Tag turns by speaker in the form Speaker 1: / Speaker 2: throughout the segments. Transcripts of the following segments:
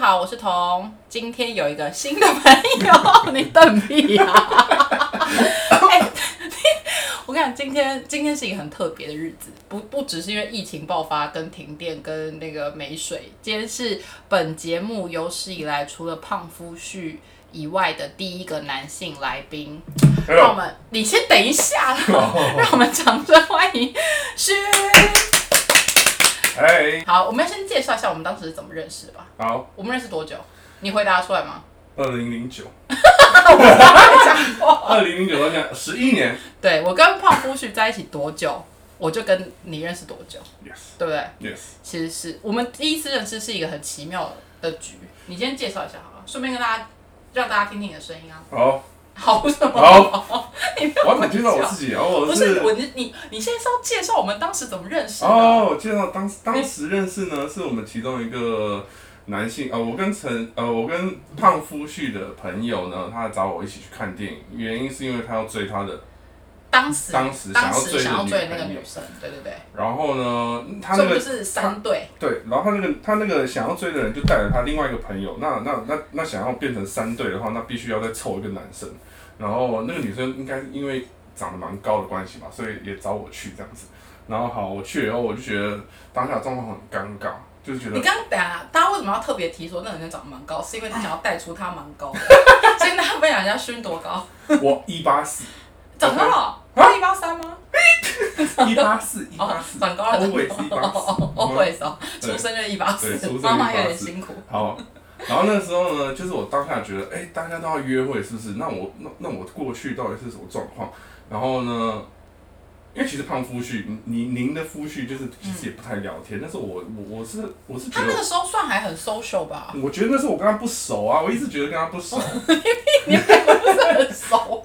Speaker 1: 好，我是彤。今天有一个新的朋友，你瞪屁呀、哎 你我跟你讲，今天今天是一个很特别的日子，不不只是因为疫情爆发、跟停电、跟那个没水，今天是本节目有史以来除了胖夫婿以外的第一个男性来宾。
Speaker 2: 哎
Speaker 1: 让我
Speaker 2: 呦，
Speaker 1: 们，你先等一下，让我们掌声欢迎勋。
Speaker 2: 哎，
Speaker 1: 好，我们要先介绍一下我们当时是怎么认识的吧。
Speaker 2: 好，
Speaker 1: 我们认识多久？你回答出来吗？
Speaker 2: 二零零九，
Speaker 1: 讲过。
Speaker 2: 二零零九到现在十一年
Speaker 1: 对我跟胖夫婿在一起多久，我就跟你认识多久，
Speaker 2: ，yes
Speaker 1: 对不对？
Speaker 2: yes，
Speaker 1: 其实是我们第一次认识是一个很奇妙的局。你先介绍一下好了，顺便跟大家让大家听听你的声音啊。
Speaker 2: 好，
Speaker 1: 好什么？
Speaker 2: 好，
Speaker 1: 你不要
Speaker 2: 哦我要怎么介绍我自
Speaker 1: 己？
Speaker 2: 己啊？我
Speaker 1: 不是
Speaker 2: 是
Speaker 1: 我，你你你现在是要介绍我们当时怎么认识的？
Speaker 2: 哦，我介绍当当时认识呢，是我们其中一个男性，呃，我跟陈，呃，我跟胖夫婿的朋友呢，他找我一起去看电影，原因是因为他要追他的，
Speaker 1: 当时
Speaker 2: 当时
Speaker 1: 当
Speaker 2: 想要
Speaker 1: 时
Speaker 2: 追的
Speaker 1: 想要
Speaker 2: 女
Speaker 1: 追的那个
Speaker 2: 朋
Speaker 1: 女
Speaker 2: 友
Speaker 1: 生，对对对，
Speaker 2: 然后呢，他
Speaker 1: 所
Speaker 2: 那
Speaker 1: 以我们
Speaker 2: 个
Speaker 1: 就是三对，
Speaker 2: 对，然后他那个他那个想要追的人就带了他另外一个朋友，那那那那想要变成三对的话，那必须要再凑一个男生。然后那个女生应该是因为长得蛮高的关系嘛，所以也找我去这样子。然后好，我去了以后我就觉得当下状况很尴尬，就是觉
Speaker 1: 你
Speaker 2: 得
Speaker 1: 刚刚等下，大家为什么要特别提说那个人长得蛮高？是因为他想要带出他蛮高 的，所以大家分享一下勋多高，
Speaker 2: 我一八四
Speaker 1: 长高
Speaker 2: 啊
Speaker 1: 了，他一八三吗？
Speaker 2: 一八四一
Speaker 1: 哦
Speaker 2: 八四，
Speaker 1: 长高了，
Speaker 2: 我也是一八
Speaker 1: 哦
Speaker 2: 四，
Speaker 1: 哦我也是哦，
Speaker 2: 对
Speaker 1: 出生就一八
Speaker 2: 嗯
Speaker 1: 四
Speaker 2: 对出，生就
Speaker 1: 妈妈有点
Speaker 2: 184
Speaker 1: 辛苦。
Speaker 2: 好，然后那时候呢，就是我当下觉得，哎、大家都要约会，是不是？那我那那我过去到底是什么状况？然后呢，因为其实胖夫婿，您您的夫
Speaker 1: 嗯
Speaker 2: 婿就是其实也不太聊天，但是我我我是我是觉
Speaker 1: 他那个
Speaker 2: 得。
Speaker 1: 时候算还很 social 吧，
Speaker 2: 我觉得那时候我跟他不熟啊，我一直觉得跟他不
Speaker 1: 哦
Speaker 2: 熟。
Speaker 1: 很 熟，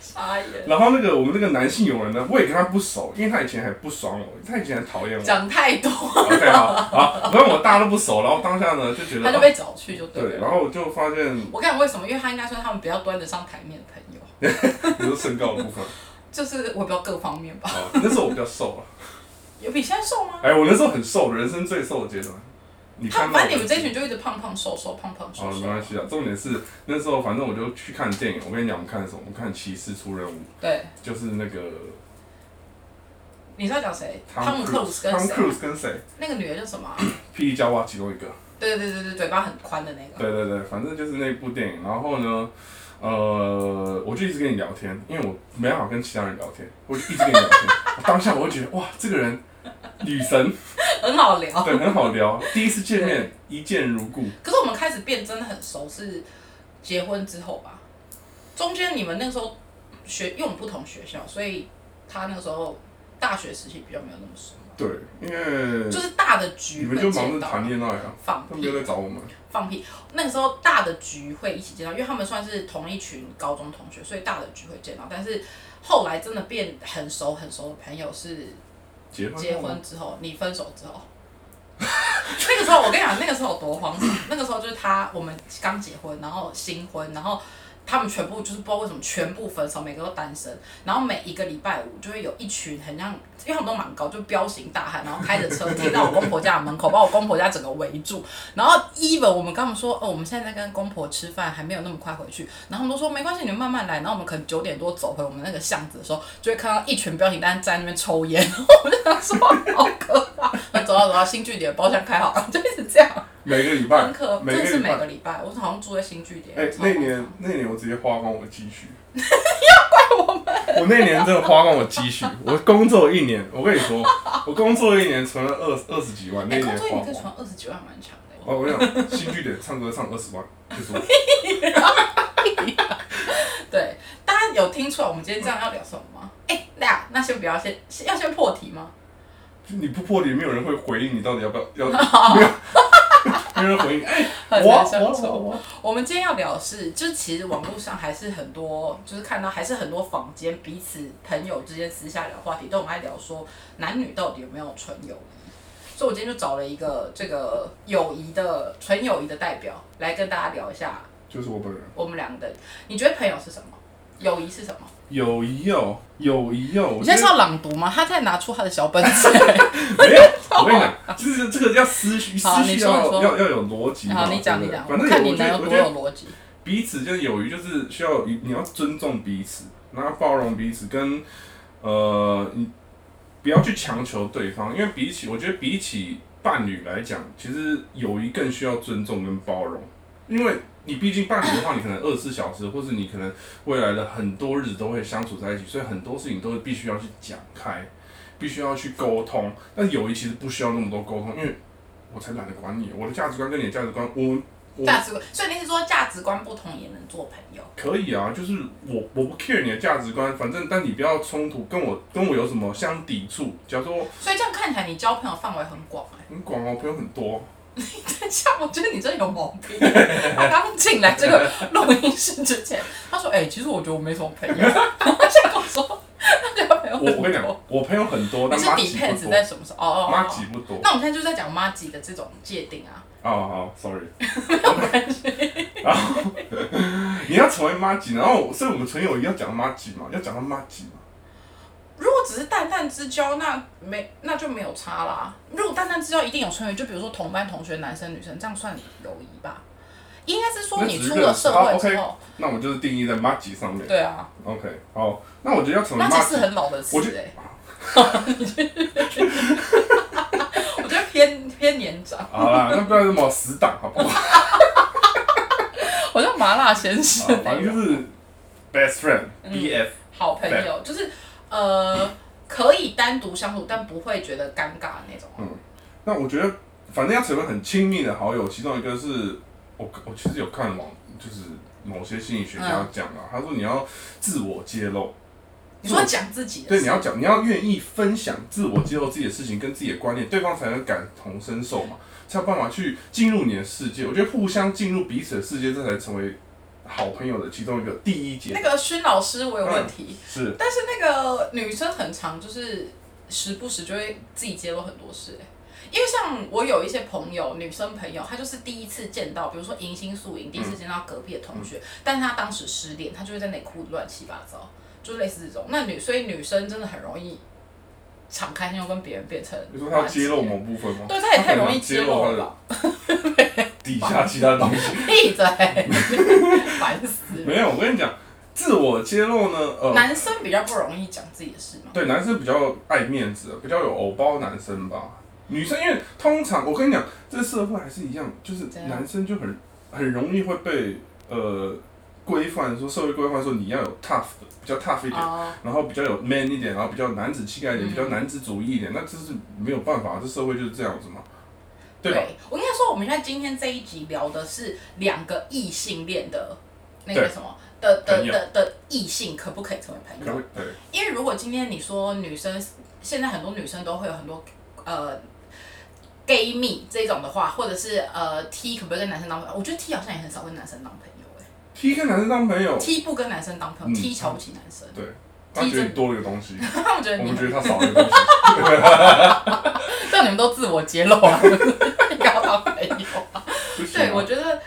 Speaker 1: 傻眼，
Speaker 2: 然后那个我们那个男性友人呢，我也跟他不熟，因为他以前还不爽我，他以前还讨厌我。
Speaker 1: 讲太多，
Speaker 2: OK，好，好，反正我大家都不熟，然后当下呢就觉得哦
Speaker 1: 他就被找去就对
Speaker 2: 对，
Speaker 1: 了。
Speaker 2: 然后我就发现，
Speaker 1: 我跟你讲为什么？因为他应该算他们比较端得上台面的朋友，
Speaker 2: 比如说身高的部分，
Speaker 1: 就是我比较各方面吧。
Speaker 2: 好，那时候我比较瘦啊了。
Speaker 1: 有比现在瘦吗？
Speaker 2: 哎，我那时候很瘦，人生最瘦的阶段。你
Speaker 1: 他
Speaker 2: 看
Speaker 1: 们
Speaker 2: 到
Speaker 1: 反正你
Speaker 2: 我
Speaker 1: 们这群就一直胖胖瘦瘦，胖胖
Speaker 2: 好
Speaker 1: 瘦
Speaker 2: 了，
Speaker 1: 瘦
Speaker 2: 没。关系啊。重点是那时候，反正我就去看电影。我跟你讲，我们看什么？我们看《骑士出任务》，
Speaker 1: 对，
Speaker 2: 就是那个
Speaker 1: 你是要讲谁？汤
Speaker 2: 汤
Speaker 1: 姆
Speaker 2: 姆
Speaker 1: 克鲁斯跟
Speaker 2: 汤姆
Speaker 1: 谁啊
Speaker 2: 克？鲁斯跟谁？
Speaker 1: 那个女的叫什 么啊？
Speaker 2: 霹雳娇娃其中一个。
Speaker 1: 对对对对，嘴巴很宽的那个。
Speaker 2: 对对对，反正就是那部电影。然后呢，呃，我就一直跟你聊天，因为我没办法跟其他人聊天，我就一直跟你聊天。我当下我就觉得哇，这个人女神，
Speaker 1: 很好聊。
Speaker 2: 对，很好聊。第一次见面，一见如故。
Speaker 1: 可是我们开始变真的很熟是结婚之后吧？中间你们那时候学，因为我们不同学校，所以他那个时候大学时期比较没有那么熟，
Speaker 2: 对，因为
Speaker 1: 就是大的
Speaker 2: 你
Speaker 1: 局
Speaker 2: 们
Speaker 1: 会
Speaker 2: 就忙
Speaker 1: 见
Speaker 2: 着
Speaker 1: 到。
Speaker 2: 谈恋爱啊。
Speaker 1: 放
Speaker 2: 他们又
Speaker 1: 屁
Speaker 2: 在找我们。
Speaker 1: 放屁！那个时候大的局会一起见到，因为他们算是同一群高中同学，所以大的局会见到。但是后来真的变很熟很熟的朋友是
Speaker 2: 结婚后
Speaker 1: 结婚之后，你分手之后， 那个时候我跟你讲，那个时候有多慌张。那个时候就是他，我们刚结婚，然后新婚，然后他们全部就是不知道为什么全部分手，每个都单身。然后每一个礼拜五就会有一群很像，因为他们都蛮高，就彪形大汉，然后开着 车停到我公婆家的门口，把我公婆家整个围住。然后 even 我们跟他们说，哦，我们现在在跟公婆吃饭，还没有那么快回去。然后他们都说没关系，你们慢慢来。然后我们可能九点多走回我们那个巷子的时候，就会看到一群彪形大汉在那边抽烟。然后我们就想 说，好可怕。那走到走到新据点包厢开好了，就一直这样，
Speaker 2: 每个礼拜，
Speaker 1: 很可，
Speaker 2: 每
Speaker 1: 真
Speaker 2: 个
Speaker 1: 的是
Speaker 2: 礼
Speaker 1: 每
Speaker 2: 拜。
Speaker 1: 个礼拜，我好像住在新据点。
Speaker 2: 哎、
Speaker 1: 超
Speaker 2: 那
Speaker 1: 夸
Speaker 2: 年
Speaker 1: 张
Speaker 2: 那年我直接花光我的积蓄。 要怪我们！我那年真的花光我积蓄，我工作一年，我跟你说，我工作一年存了二二十几万，那
Speaker 1: 哎，
Speaker 2: 一年
Speaker 1: 工作
Speaker 2: 花
Speaker 1: 你可以
Speaker 2: 光。
Speaker 1: 存二十九万，蛮长的。
Speaker 2: 哦，我想新剧点唱歌唱二十万，就是我。
Speaker 1: 对，大家有听出来我们今天这样要聊什么吗？哎，那那先不要先，先要先破题吗？
Speaker 2: 你不破题，没有人会回应你到底要不 要要。没有，没有人回应。哎、
Speaker 1: 很
Speaker 2: 我
Speaker 1: 难相
Speaker 2: 我
Speaker 1: 处
Speaker 2: 我我，
Speaker 1: 我们今天要聊的是，就是其实网络上还是很多，就是看到还是很多坊间彼此朋友之间私下聊话题，都很爱聊说男女到底有没有纯友谊。所以我今天就找了一个这个友谊的纯友谊的代表来跟大家聊一下
Speaker 2: 就是我本人。
Speaker 1: 我们两个的。你觉得朋友是什么？友谊是什么？
Speaker 2: 有疑有有疑有，我
Speaker 1: 你
Speaker 2: 觉
Speaker 1: 现在是
Speaker 2: 得
Speaker 1: 要朗读吗？他在拿出他的小本子。
Speaker 2: 没 有，我跟你讲，就是这个要思绪，
Speaker 1: 啊好啊
Speaker 2: 思
Speaker 1: 你
Speaker 2: 绪
Speaker 1: 说你
Speaker 2: 要
Speaker 1: 说
Speaker 2: 要要有逻辑嘛。
Speaker 1: 好，你讲你
Speaker 2: 对不对
Speaker 1: 讲，
Speaker 2: 反正
Speaker 1: 看
Speaker 2: 有
Speaker 1: 你
Speaker 2: 啊我觉
Speaker 1: 能
Speaker 2: 得
Speaker 1: 有多
Speaker 2: 我觉
Speaker 1: 有
Speaker 2: 得
Speaker 1: 逻辑。
Speaker 2: 彼此就是友谊，就是需要你要尊重彼此，然后包容彼此，跟呃，你不要去强求对方，因为比起我觉得比起伴侣来讲，其实友谊更需要尊重跟包容，因为你毕竟伴侣的话，你可能二十四小时，或是你可能未来的很多日子都会相处在一起，所以很多事情都是必须要去讲开，必须要去沟通。但友谊其实不需要那么多沟通，因为我才懒得管你，我的价值观跟你的价值观，我们我
Speaker 1: 价值观，所以你是说价值观不同也能做朋友？
Speaker 2: 可以啊，就是我我不 care 你的价值观，反正但你不要冲突，跟我跟我有什么相抵触。假如说
Speaker 1: 所以这样看起来，你交朋友范围很广哎、
Speaker 2: 很广哦，朋友很 多，
Speaker 1: 等一下，我觉哎得你真的有毛病。他刚进来这个录音室之前，他说：“哎、其实我觉得我没什么朋友。”然后现在跟我说，他交朋友很
Speaker 2: 我我
Speaker 1: 多。
Speaker 2: 跟你讲，我朋友很多，
Speaker 1: 你
Speaker 2: 但
Speaker 1: 是
Speaker 2: 妈
Speaker 1: 底
Speaker 2: 吉
Speaker 1: 骗
Speaker 2: 不
Speaker 1: 子
Speaker 2: 多
Speaker 1: 在，什么时候？哦
Speaker 2: 妈
Speaker 1: 哦哦。
Speaker 2: 吉不多。
Speaker 1: 那我们现在就在讲妈吉的这种界定啊，
Speaker 2: 哦好，sorry，然后 你要成为妈吉，然后所以我们纯友谊要讲到妈吉嘛，要讲到妈吉嘛。
Speaker 1: 如果只是淡淡之交，那没那就没有差啦。如果淡淡之交一定有成员，就比如说同班同学，男生女生，这样算友谊吧？应该是说你出了社会之后，
Speaker 2: 那我们就是定义在妈吉上面。
Speaker 1: 对啊，
Speaker 2: OK，好，那我觉得要成为
Speaker 1: 那
Speaker 2: 妈
Speaker 1: 其实，
Speaker 2: 吉
Speaker 1: 很老的词
Speaker 2: 我觉得
Speaker 1: 哎、我觉得偏偏年长，
Speaker 2: 好啦，那不要这么死党好不 好？
Speaker 1: 我像麻辣鲜师
Speaker 2: 好
Speaker 1: 那
Speaker 2: 反正
Speaker 1: 种
Speaker 2: 就是 best
Speaker 1: 嗯
Speaker 2: friend，BF。
Speaker 1: 好朋友，就是呃可以单独相处，但不会觉得尴尬那种。
Speaker 2: 那我觉得，反正要成为很亲密的好友，其中一个是我我其实有看网，就是某些心理学家讲
Speaker 1: 嗯
Speaker 2: 啊，他说你要自我揭露，
Speaker 1: 你说讲自己的
Speaker 2: 对，
Speaker 1: 事
Speaker 2: 你要讲，你要愿意分享自我揭露自己的事情跟自己的观念，对方才能感同身受嘛，才有办法去进入你的世界。我觉得互相进入彼此的世界，这才成为好朋友的其中一个第一节
Speaker 1: 那个勋老师，我有问题。
Speaker 2: 是。
Speaker 1: 但是那个女生很常就是时不时就会自己揭露很多事、欸因为像我有一些朋友，女生朋友，她就是第一次见到，比如说迎新宿营，第一次见到隔壁的同学，但是她当时失恋，她就会在内裤乱七八糟，就类似这种。那女所以女生真的很容易敞开心胸跟别人变成，
Speaker 2: 你说他要揭露？某部分吗？
Speaker 1: 对，她也太容易
Speaker 2: 他可
Speaker 1: 揭
Speaker 2: 能要
Speaker 1: 露
Speaker 2: 揭
Speaker 1: 了
Speaker 2: 露
Speaker 1: 吧，
Speaker 2: 他的底下其他东西。
Speaker 1: 闭嘴，啊 烦死了。
Speaker 2: 没有，我跟你讲，自我揭露呢，呃，
Speaker 1: 男生比较不容易讲自己的事嘛，
Speaker 2: 对，男生比较爱面子，比较有偶包男生吧。女生因为通常我跟你讲，这社会还是一样，就是
Speaker 1: 怎样
Speaker 2: 男生就很很容易会被呃规范说社会规范说你要有 tough 的，比较 tough 一点，
Speaker 1: 哦，
Speaker 2: 然后比较有 man 一点，然后比较男子气概一
Speaker 1: 嗯
Speaker 2: 点，比较男子主义一点，那这是没有办法，这社会就是这样子嘛，对吧？
Speaker 1: 我应该说，我们现在今天这一集聊的是两个异性恋的那个
Speaker 2: 对
Speaker 1: 什么的的
Speaker 2: 朋友
Speaker 1: 的的异性可不可以成为朋
Speaker 2: 可
Speaker 1: 友
Speaker 2: 不？对，
Speaker 1: 因为如果今天你说女生，现在很多女生都会有很多呃 gay 蜜这种的话，或者是呃 T 可不可以跟男生当朋友？我觉得 T 好像也很少跟男生当朋友、欸、
Speaker 2: T 跟男生当朋友，
Speaker 1: T 不跟男生当朋友、
Speaker 2: 嗯
Speaker 1: t 瞧不起男生，
Speaker 2: 对，他觉得你多了一个 东西，
Speaker 1: 他们觉得
Speaker 2: 我
Speaker 1: 你
Speaker 2: 们觉
Speaker 1: 很
Speaker 2: 得他少了一 个东西。
Speaker 1: 这样你们都自我揭露啊，你要当朋友啊。
Speaker 2: 不行
Speaker 1: 对，
Speaker 2: 啊
Speaker 1: 我觉得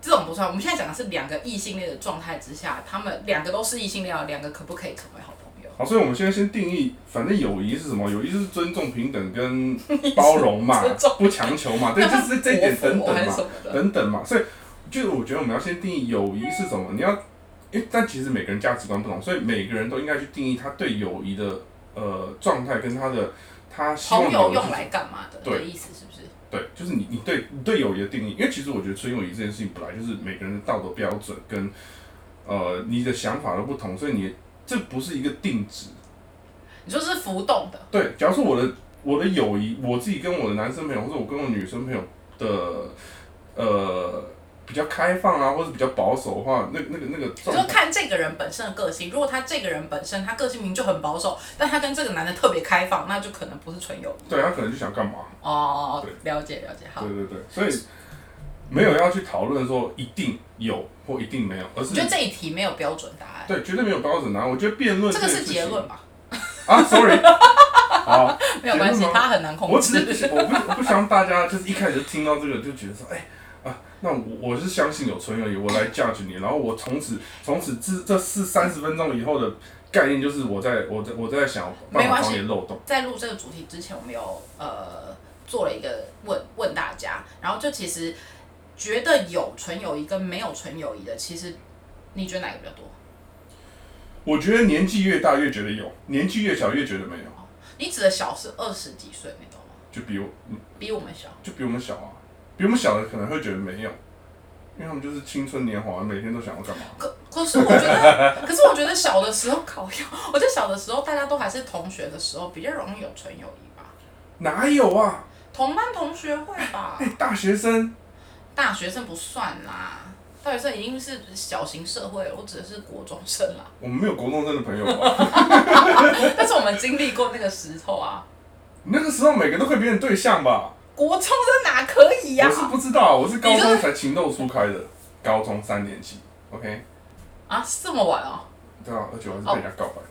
Speaker 1: 这种不算。我们现在讲的是两个异性恋的状态之下，他们两个都是异性恋，两个可不可以成为好朋友？
Speaker 2: 好，所以我们现在先定义，反正友谊是什么？友谊就是尊重、平 等跟包容嘛
Speaker 1: 尊重，
Speaker 2: 不强求 嘛，对，
Speaker 1: 那
Speaker 2: 就是这一点
Speaker 1: 国
Speaker 2: 等
Speaker 1: 服我还
Speaker 2: 等
Speaker 1: 是
Speaker 2: 嘛
Speaker 1: 什，么的，
Speaker 2: 等等嘛。所以，就是我觉得我们要先定义友谊是什么。你要，因为但其实每个人价值观不同，所以每个人都应该去定义他对友谊的呃状态跟他的他希望
Speaker 1: 朋友
Speaker 2: 友谊
Speaker 1: 用
Speaker 2: 是。
Speaker 1: 来干嘛的？
Speaker 2: 对
Speaker 1: 的意思是不是？
Speaker 2: 对，就是你你对你对友谊的定义，因为其实我觉得纯友谊这件事情本来就是每个人的道德标准跟呃你的想法都不同，所以你这不是一个定值。
Speaker 1: 你说是浮动的，
Speaker 2: 对，假如说我的我的友谊，我自己跟我的男生朋友或者我跟我女生朋友的呃比较开放啊，或者比较保守的话，那那个那个
Speaker 1: 你
Speaker 2: 状
Speaker 1: 说
Speaker 2: 态，
Speaker 1: 看这个人本身的个性。如果他这个人本身他个性明明就很保守，但他跟这个男的特别开放，那就可能不是纯友谊。
Speaker 2: 对他可能就想干嘛？
Speaker 1: 哦哦，哦
Speaker 2: 对
Speaker 1: 了解了解，好
Speaker 2: 对。对对，所以没有要去讨论说一定有或一定没有，而
Speaker 1: 我
Speaker 2: 是
Speaker 1: 觉得这一题没有标准答案，
Speaker 2: 对绝对没有标准答案。我觉得辩论
Speaker 1: 这个
Speaker 2: 件
Speaker 1: 是
Speaker 2: 事
Speaker 1: 结
Speaker 2: 情
Speaker 1: 论吧？
Speaker 2: 啊，sorry，好。
Speaker 1: 没有关系
Speaker 2: 结，论吗
Speaker 1: 他很难控
Speaker 2: 我只
Speaker 1: 制。
Speaker 2: 是我不我不希望大家就是一开始就听到这个就觉得说，哎、啊，那我我是相信有纯友谊，我来 judge 你，然后我从此从此至这四三十分钟以后的概念就是我在我在我在想
Speaker 1: 没
Speaker 2: 办
Speaker 1: 关系
Speaker 2: 法找点漏洞。
Speaker 1: 在录这个主题之前，我们有呃做了一个问问大家，然后就其实觉得有纯友谊跟没有纯友谊的，其实你觉得哪个比较多？
Speaker 2: 我觉得年纪越大越觉得有，年纪越小越觉得没有，
Speaker 1: 你指的小是二十几岁那种吗？
Speaker 2: 就比我嗯
Speaker 1: 比我们小。
Speaker 2: 就比我们小啊，比我们小的可能会觉得没有，因为他们就是青春年华，每天都想要干嘛。
Speaker 1: 可可是我觉得，可是我觉得小的时候考要，我觉得小的时候大家都还是同学的时候，比较容易有纯友谊吧，
Speaker 2: 哪有啊？
Speaker 1: 同班同学会吧
Speaker 2: 哎、，大学生
Speaker 1: 大学生不算啦，大学生已经是小型社会了，我指的是国中生啦。
Speaker 2: 我们没有国中生的朋友吧？
Speaker 1: 但是我们经历过那个石头啊，
Speaker 2: 那个时候每个都会变成对象吧？
Speaker 1: 国中生哪可以呀、
Speaker 2: 我是不知道，我是高
Speaker 1: 你就
Speaker 2: 中才情窦初开的，高中三年级，OK，
Speaker 1: 啊？这么晚哦？
Speaker 2: 对啊，而且我还是被人家告白，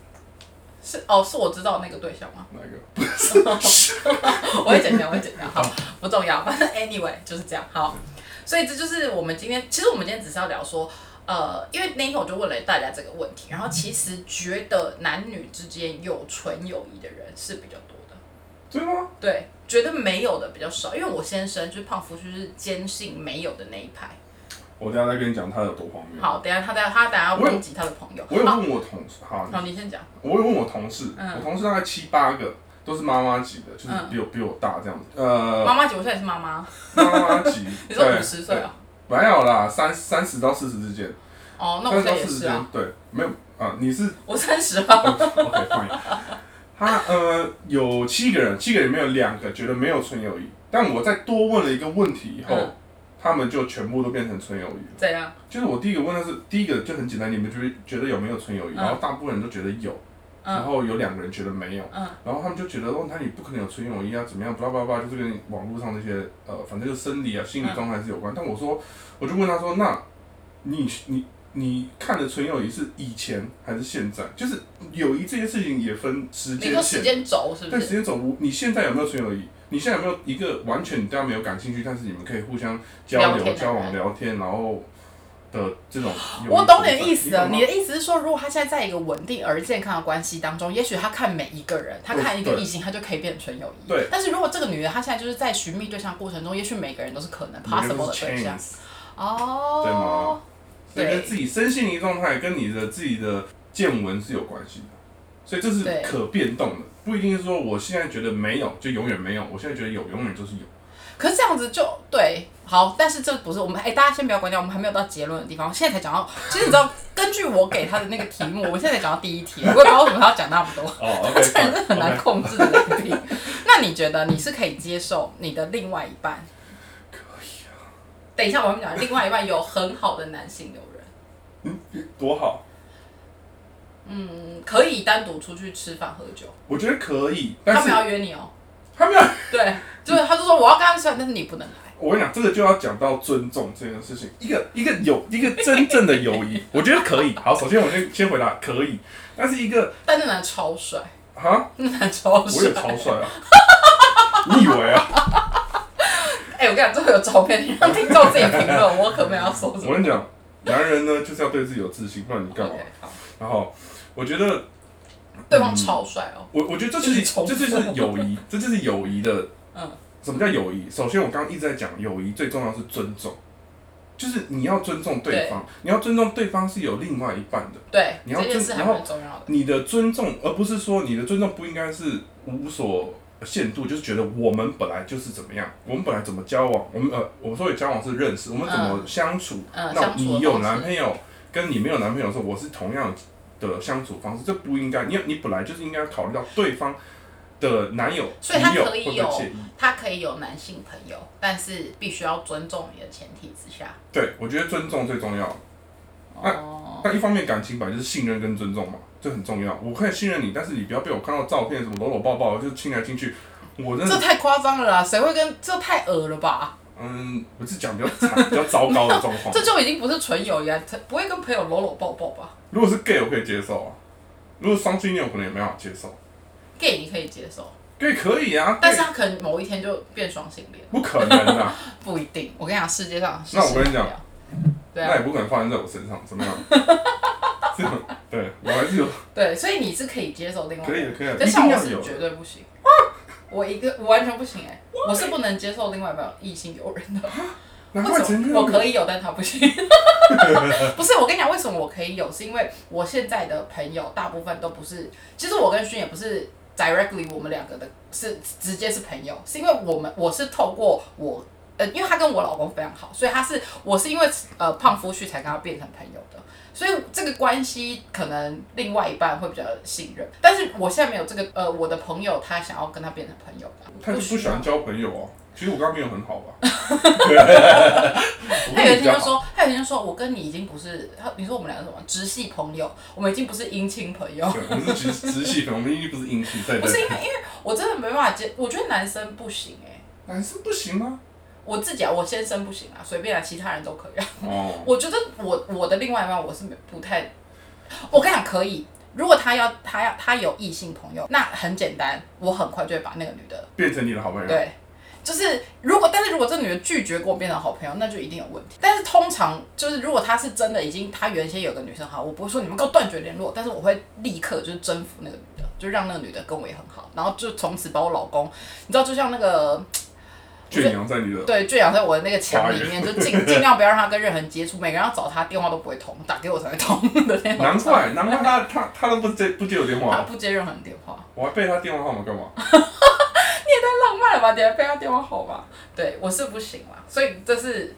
Speaker 1: 是哦，是我知道那个对象 吗？
Speaker 2: 哪一个？
Speaker 1: 我会剪掉，我会剪掉。好，不重要，反正 anyway 就是这样。好，所以这就是我们今天，其实我们今天只是要聊说，呃，因为那一天我就问了大家这个问题，然后其实觉得男女之间有纯友谊的人是比较多的。
Speaker 2: 对吗？
Speaker 1: 对，觉得没有的比较少，因为我先生就是胖夫，就是坚信没有的那一派。
Speaker 2: 我等一下再跟你讲他有多荒谬。
Speaker 1: 好，等一下他等一下他等一下
Speaker 2: 我有
Speaker 1: 攻击他的朋友。
Speaker 2: 嗯我有
Speaker 1: 好，
Speaker 2: 问我同事，好，
Speaker 1: 好，你先讲。
Speaker 2: 我有问我同事，
Speaker 1: 嗯
Speaker 2: 我同事大概七八个都是妈妈级的，就是
Speaker 1: 嗯
Speaker 2: 比我比我大这样子。呃，
Speaker 1: 妈妈姐，我现在也是妈妈。，
Speaker 2: 妈妈级
Speaker 1: 你说五
Speaker 2: 对
Speaker 1: 十岁啊？
Speaker 2: 没有啦，三三十到四十之间，
Speaker 1: 哦，那我
Speaker 2: 三
Speaker 1: 现在
Speaker 2: 十到
Speaker 1: 也
Speaker 2: 四十
Speaker 1: 是
Speaker 2: 之
Speaker 1: 啊
Speaker 2: 间，，对，没有啊，你是
Speaker 1: 我三十啊。
Speaker 2: OK fine。他呃有七个人，七个里面有两个觉得没有纯友谊，但我在多问了一个问题以后，
Speaker 1: 嗯
Speaker 2: 他们就全部都变成纯友谊。
Speaker 1: 怎样？
Speaker 2: 就是我第一个问的是第一个就很简单，你们觉得觉得有没有纯友
Speaker 1: 嗯
Speaker 2: 谊？然后大部分人都觉得有，然
Speaker 1: 嗯
Speaker 2: 后有两个人觉得没有，
Speaker 1: 嗯
Speaker 2: 然后他们就觉得哦，那你不可能有纯友谊啊，怎么样？巴拉巴拉巴拉，就是跟网络上那些呃，反正就生理啊、心理状态是有关。但我说，我就问他说，那你你你看的纯友谊是以前还是现在？就是友谊这件事情也分时
Speaker 1: 你
Speaker 2: 间
Speaker 1: 说时
Speaker 2: 线，
Speaker 1: 间轴是不
Speaker 2: 但时
Speaker 1: 是？
Speaker 2: 间走无，你现在有没有纯友谊？你现在有没有一个完全你对他没有感兴趣，但是你们可以互相交
Speaker 1: 聊
Speaker 2: 流、
Speaker 1: 天的
Speaker 2: 交往、聊天，然后的这种友谊存在？
Speaker 1: 我懂你的意思了。
Speaker 2: 懂吗
Speaker 1: 你的意思是说，如果他现在在一个稳定而健康的关系当中，也许他看每一个人，他看一个
Speaker 2: 对
Speaker 1: 异性，他就可以变成纯友谊。
Speaker 2: 对。
Speaker 1: 但是如果这个女的她现在就是在寻觅对象过程中，也许每个人都是可能
Speaker 2: 每个
Speaker 1: possible
Speaker 2: 都
Speaker 1: 的
Speaker 2: 是
Speaker 1: 对象。
Speaker 2: chance。对
Speaker 1: 哦
Speaker 2: 吗。所
Speaker 1: 对
Speaker 2: 以跟自己身心灵状态跟你的自己的见闻是有关系的，所以这是
Speaker 1: 对
Speaker 2: 可变动的，不一定是说我现在觉得没有就永远没有，我现在觉得有永远就是有。
Speaker 1: 可是这样子就对，好，但是这不是我们哎、大家先不要关掉，我们还没有到结论的地方。我现在才讲到，其实你知道，根据我给他的那个题目， 我现在才讲到第一题，我也不知道为什么他要讲那么多。
Speaker 2: 哦
Speaker 1: 他真的是很难控制的能力。那你觉得你是可以接受你的另外一半？
Speaker 2: 可以啊，
Speaker 1: 等一下，我们讲另外一半有很好的男性友人，
Speaker 2: 多好，
Speaker 1: 嗯，可以单独出去吃饭喝酒，
Speaker 2: 我觉得可以，但
Speaker 1: 他们
Speaker 2: 是
Speaker 1: 要约你哦。
Speaker 2: 他们要，
Speaker 1: 对，就是他就说我要跟他们吃饭，但是你不能来。
Speaker 2: 我跟你讲，这个就要讲到尊重这件事情，一个一个友，一个真正的友谊，我觉得可以。好，首先我先先回答可以，但是一个
Speaker 1: 但那男的超帅，
Speaker 2: 啊，
Speaker 1: 那男的超
Speaker 2: 我
Speaker 1: 帅
Speaker 2: 也。超帅啊， 你以为啊？
Speaker 1: 哎、我跟你讲，最后有照片，你让听众自己评论，我可没有要说什
Speaker 2: 我
Speaker 1: 么。
Speaker 2: 跟你讲，男人呢就是要对自己有自信，不然你干嘛
Speaker 1: OK，？好
Speaker 2: 然后我觉得，
Speaker 1: 对方超帅哦，
Speaker 2: 我我觉得这就是
Speaker 1: 一直重复
Speaker 2: 这就是友谊， 这就是友谊的。
Speaker 1: 嗯
Speaker 2: 什么叫友谊？首先，我刚刚一直在讲，友谊最重要是尊重，就是你要尊重对方，你要尊重对方是有另外一半的，
Speaker 1: 对，
Speaker 2: 你要
Speaker 1: 这件事还
Speaker 2: 然后
Speaker 1: 蛮重要的。
Speaker 2: 你的尊重，而不是说你的尊重不应该是无所限度，就是觉得我们本来就是怎么样，我们本来怎么交往，我们呃，我们说的交往是认识，我们怎么相处，
Speaker 1: 嗯
Speaker 2: 那
Speaker 1: 相处的
Speaker 2: 你有
Speaker 1: 方式
Speaker 2: 男朋友跟你没有男朋友的时候，我是同样的相处方式，这不应该。你你本来就是应该考虑到对方的男友、
Speaker 1: 所以他
Speaker 2: 女友
Speaker 1: 可
Speaker 2: 会
Speaker 1: 以
Speaker 2: 不会
Speaker 1: 有
Speaker 2: 介意。
Speaker 1: 他可以有男性朋友，但是必须要尊重你的前提之下。
Speaker 2: 对，我觉得尊重最重要。哎
Speaker 1: 哦，
Speaker 2: 那一方面，感情本来就是信任跟尊重嘛，这很重要。我可以信任你，但是你不要被我看到照片什么搂搂抱抱就亲来亲去，我真
Speaker 1: 这
Speaker 2: 的
Speaker 1: 太夸张了啦！谁会跟这太恶了吧？
Speaker 2: 嗯，我是讲比较惨、比较糟糕的状 况
Speaker 1: 这。就已经不是纯友谊啊，他不会跟朋友搂搂抱抱吧
Speaker 2: 如果是 gay，我可以接受啊；如果双性恋，我可能也没办法接受。
Speaker 1: ？gay 你可以接受，
Speaker 2: gay 可以啊，
Speaker 1: 但是
Speaker 2: gay-
Speaker 1: 他可能某一天就变双性恋，
Speaker 2: 不可能啊。
Speaker 1: 不一定。我跟你讲，世界上是
Speaker 2: 那我跟
Speaker 1: 谁
Speaker 2: 你
Speaker 1: 都
Speaker 2: 讲
Speaker 1: 有，对
Speaker 2: 那
Speaker 1: 啊，
Speaker 2: 也不可能发生在我身上，怎么样？这种对我还是有
Speaker 1: 对，所以你是可以接受另外一
Speaker 2: 可
Speaker 1: 个
Speaker 2: 以的
Speaker 1: 人，
Speaker 2: 可以的，
Speaker 1: 但
Speaker 2: 一
Speaker 1: 像
Speaker 2: 定
Speaker 1: 我
Speaker 2: 要
Speaker 1: 是
Speaker 2: 有
Speaker 1: 绝对不行。我一个我完全不行哎、我是不能接受另外一半异性友人的。
Speaker 2: 难
Speaker 1: 为
Speaker 2: 怪
Speaker 1: 什
Speaker 2: 前面
Speaker 1: 么我可以有，但他不 行？不是，我跟你讲，为什么我可以有，是因为我现在的朋友大部分都不是，其实我跟勋也不是 directly 我们两个的是直接是朋友，是因为我们我是透过我。呃，因为她跟我老公非常好，所以她是我是因为呃胖夫婿才跟她变成朋友的，所以这个关系可能另外一半会比较信任，但是我现在没有这个呃我的朋友他想要跟他变成朋友，
Speaker 2: 他就不
Speaker 1: 需
Speaker 2: 喜
Speaker 1: 要
Speaker 2: 欢交朋友哦。其实我刚刚没有很好 吧，我
Speaker 1: 他
Speaker 2: 跟
Speaker 1: 有一
Speaker 2: 你比
Speaker 1: 天
Speaker 2: 较
Speaker 1: 就
Speaker 2: 好，
Speaker 1: 说，他有一天就说，我跟你已经不是他，你说我们两个是什么直系朋友，我们已经不是姻亲朋友，
Speaker 2: 对，我们是直直系粉，我们一定不是硬系，对
Speaker 1: 不是
Speaker 2: 对。
Speaker 1: 因为因为我真的没办法接，我觉得男生不行哎、
Speaker 2: 男生不 行吗？
Speaker 1: 我自己啊，我先生不行啊，随便啊，其他人都可以啊。
Speaker 2: 哦，
Speaker 1: 我觉得我我的另外一半我是没不太，我跟你讲可以，如果他要他要他有异性朋友，那很简单，我很快就会把那个女的
Speaker 2: 变成你的好朋友，
Speaker 1: 对，就是如果但是如果这女的拒绝跟我变成好朋友，那就一定有问题。但是通常就是如果她是真的已经，她原先有个女生好，我不会说你们给我断绝联络，但是我会立刻就是征服那个女的，就让那个女的跟我也很好，然后就从此把我老公，你知道，就像那个
Speaker 2: 圈养在你的
Speaker 1: 对圈养在我的那个墙里面，就尽尽量不要让他跟任何人接触，每个人要找他电话都不会通，打给我才会通的 那种。
Speaker 2: 难怪，难怪他他他都不接不接我电
Speaker 1: 他
Speaker 2: 话，
Speaker 1: 不接任何人电话。
Speaker 2: 我还背他电话号码 干嘛？
Speaker 1: 浪漫了吧？你还被他电话号码？对，我是不行啦，所以这是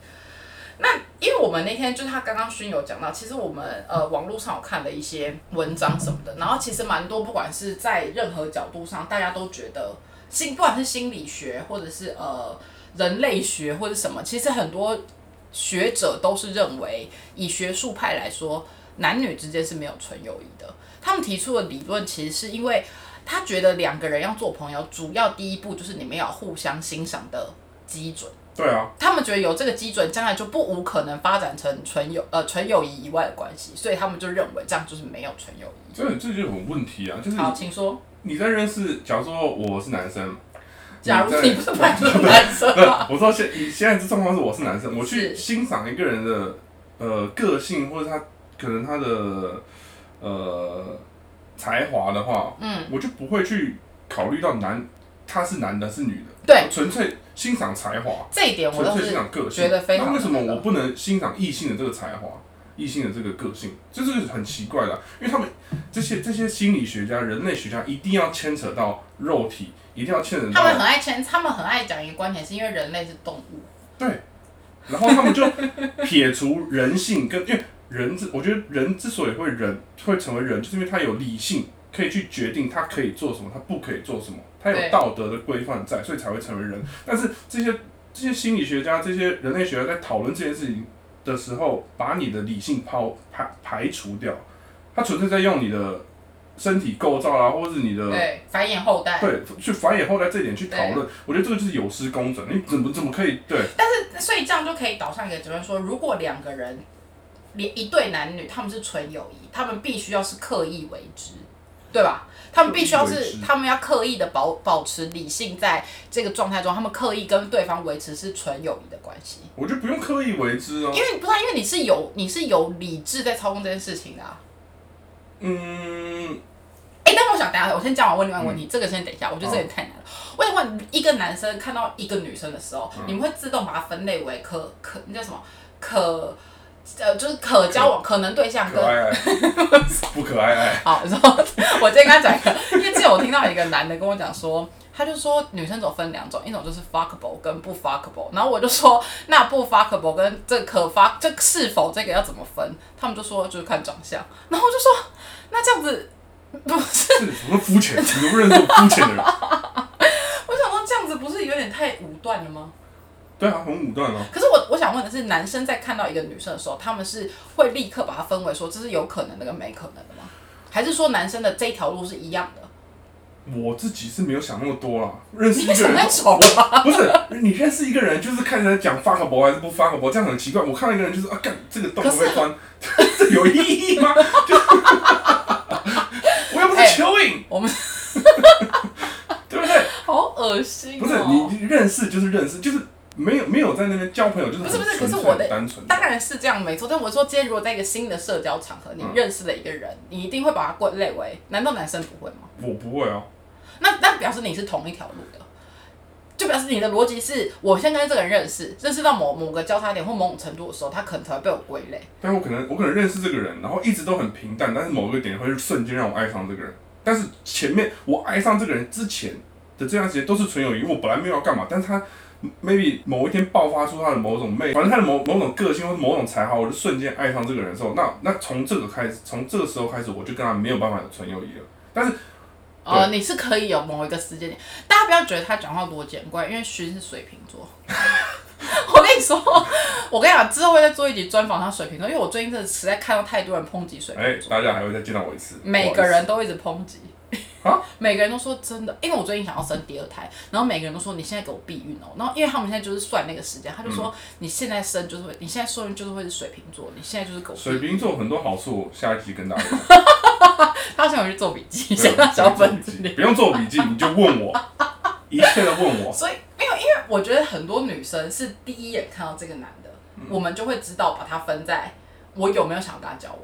Speaker 1: 那，因为我们那天就是他刚刚勋有讲到，其实我们呃网络上有看了一些文章什么的，然后其实蛮多，不管是在任何角度上，大家都觉得心，不管是心理学或者是呃人类学或者什么，其实很多学者都是认为，以学术派来说，男女之间是没有纯友谊的。他们提出的理论其实是因为他觉得两个人要做朋友，主要第一步就是你们要有互相欣赏的基准。
Speaker 2: 对啊，
Speaker 1: 他们觉得有这个基准，将来就不无可能发展成纯友呃纯友谊以外的关系，所以他们就认为这样就是没有纯友谊。
Speaker 2: 这这就有问题啊，就是
Speaker 1: 好，请说。
Speaker 2: 你在认识，假如说我是男生，
Speaker 1: 假如
Speaker 2: 在
Speaker 1: 你不是半个男生
Speaker 2: 对
Speaker 1: 啊，，
Speaker 2: 我知道现以现在这状况是我是男生，我去
Speaker 1: 是
Speaker 2: 欣赏一个人的呃个性或者他可能他的呃才华的话，
Speaker 1: 嗯，
Speaker 2: 我就不会去考虑到男他是男的是女的，
Speaker 1: 对
Speaker 2: 我纯粹欣赏才华，
Speaker 1: 这一点我
Speaker 2: 纯
Speaker 1: 倒
Speaker 2: 粹欣
Speaker 1: 是
Speaker 2: 赏个性，
Speaker 1: 觉得非常
Speaker 2: 那为什么
Speaker 1: 那个
Speaker 2: 我不能欣赏异性的这个才华？异性的这个个性，这是很奇怪的啊、因为他们这些这些心理学家、人类学家一定要牵扯到肉体，一定要牵扯到
Speaker 1: 他们很爱牵，他们很爱讲一个观点，是因为人类是动物，
Speaker 2: 对，然后他们就撇除人性跟，因为人之，我觉得人之所以会人会成为人，就是因为他有理性，可以去决定他可以做什么，他不可以做什么，他有
Speaker 1: 对
Speaker 2: 道德的规范在，所以才会成为人。但是这些这些心理学家、这些人类学家在讨论这件事情的时候，把你的理性抛排排除掉，他纯粹在用你的身体构造啊，或者是你的
Speaker 1: 对，繁衍后代。
Speaker 2: 对去繁衍后代这一点去讨论，我觉得这个就是有失公正，你怎么怎么可以对？
Speaker 1: 所以这样就可以导向一个结论说，如果两个人连一对男女，他们是纯友谊，他们必须要是刻意为之，对吧？他们必须要
Speaker 2: 刻意为之
Speaker 1: 是，他们要刻意的保保持理性，在这个状态中，他们刻意跟对方维持是纯友谊的关系。
Speaker 2: 我觉得不用刻意为之啊
Speaker 1: 因。为不是啊，因为你是有你是有理智在操控这件事情的、啊。
Speaker 2: 嗯，
Speaker 1: 哎、但我想等一下，我先讲完问另外一个问题，这个先等一下，我觉得这也太难了。我想问，一个男生看到一个女生的时
Speaker 2: 嗯
Speaker 1: 候，你们会自动把它分类为可可那叫什么可呃，就是可交往、可能对象
Speaker 2: 可
Speaker 1: 跟
Speaker 2: 爱爱，啊不可爱哎爱，
Speaker 1: 好，然后我今天跟他讲一个，因为之前我听到一个男的跟我讲说，他就说女生总分两种，一种就是 fuckable 跟不 fuckable，然后我就说那不 fuckable 跟这可 fuck 这是否这个要怎么分？他们就说就是看长相，然后我就说那这样子不是，
Speaker 2: 这什么肤浅？你都不认识我肤浅的人？
Speaker 1: 我想说这样子不是有点太武断了吗？
Speaker 2: 对啊，很武断啊。
Speaker 1: 可是我我想问的是，男生在看到一个女生的时候，他们是会立刻把它分为说这是有可能的跟没可能的吗？还是说男生的这一条路是一样的？
Speaker 2: 我自己是没有想那么多啦，认识
Speaker 1: 你
Speaker 2: 一
Speaker 1: 为什
Speaker 2: 个
Speaker 1: 么
Speaker 2: 人
Speaker 1: 在吵啊？
Speaker 2: 不是你认识一个人，就是看人讲发个博还是不发个博，这样很奇怪。我看到一个人就是啊，干这个洞会不会钻， 这有意义吗？就我又不是
Speaker 1: 哎
Speaker 2: 蚯蚓，
Speaker 1: 我们
Speaker 2: 对不对？
Speaker 1: 好恶心、哦！
Speaker 2: 不是你你认识就是认识，就是没有没有在那边交朋友，就是
Speaker 1: 不是不是
Speaker 2: 很
Speaker 1: 可是
Speaker 2: 纯粹
Speaker 1: 我的
Speaker 2: 单纯，
Speaker 1: 当然是这样没错，但我说今天如果在一个新的社交场合，你
Speaker 2: 嗯
Speaker 1: 认识了一个人，你一定会把他归类为，难道男生不会吗？
Speaker 2: 我不会哦、
Speaker 1: 那那表示你是同一条路的，就表示你的逻辑是，我先跟这个人认识，认识到某某个交叉点或某种程度的时候，他可能才会被我归类。
Speaker 2: 但我可能我可能认识这个人，然后一直都很平淡，但是某一个点会瞬间让我爱上这个人。但是前面我爱上这个人之前的这段时间都是纯友谊，我本来没有要干嘛，但是他 maybe 某一天爆发出他的某种魅，反正他的某某种个性或某种才华，我就瞬间爱上这个人的时候，那那从这个开始，从这个时候开始，我就跟他没有办法有纯友谊了。
Speaker 1: 哦、你是可以有某一个时间点，大家不要觉得他讲话逻辑很怪，因为勋是水瓶座。 我跟你说，我跟你讲，之后会再做一集专访他水瓶座，因为我最近真的实在看到太多人抨击水瓶
Speaker 2: 哎、
Speaker 1: 座，
Speaker 2: 大家还会再见到我一次，
Speaker 1: 每个人都一直抨击
Speaker 2: 啊，
Speaker 1: 每个人都说真的，因为我最近想要生第二胎，然后每个人都说你现在给我避孕哦，然后因为他们现在就是算那个时间，他就说你现在生就是会，你现在说孕就是会是水瓶座，你现在就是给我避
Speaker 2: 水
Speaker 1: 孕，
Speaker 2: 瓶座很多好处，下一集跟大家讲。
Speaker 1: 他想我去做笔记， 想
Speaker 2: 啊
Speaker 1: 到小本子里。
Speaker 2: 不用做笔记，你就问我，一切都问我。
Speaker 1: 所以没有，因为我觉得很多女生是第一眼看到这个男的，
Speaker 2: 嗯
Speaker 1: 我们就会知道把他分在我有没有想要跟他交往，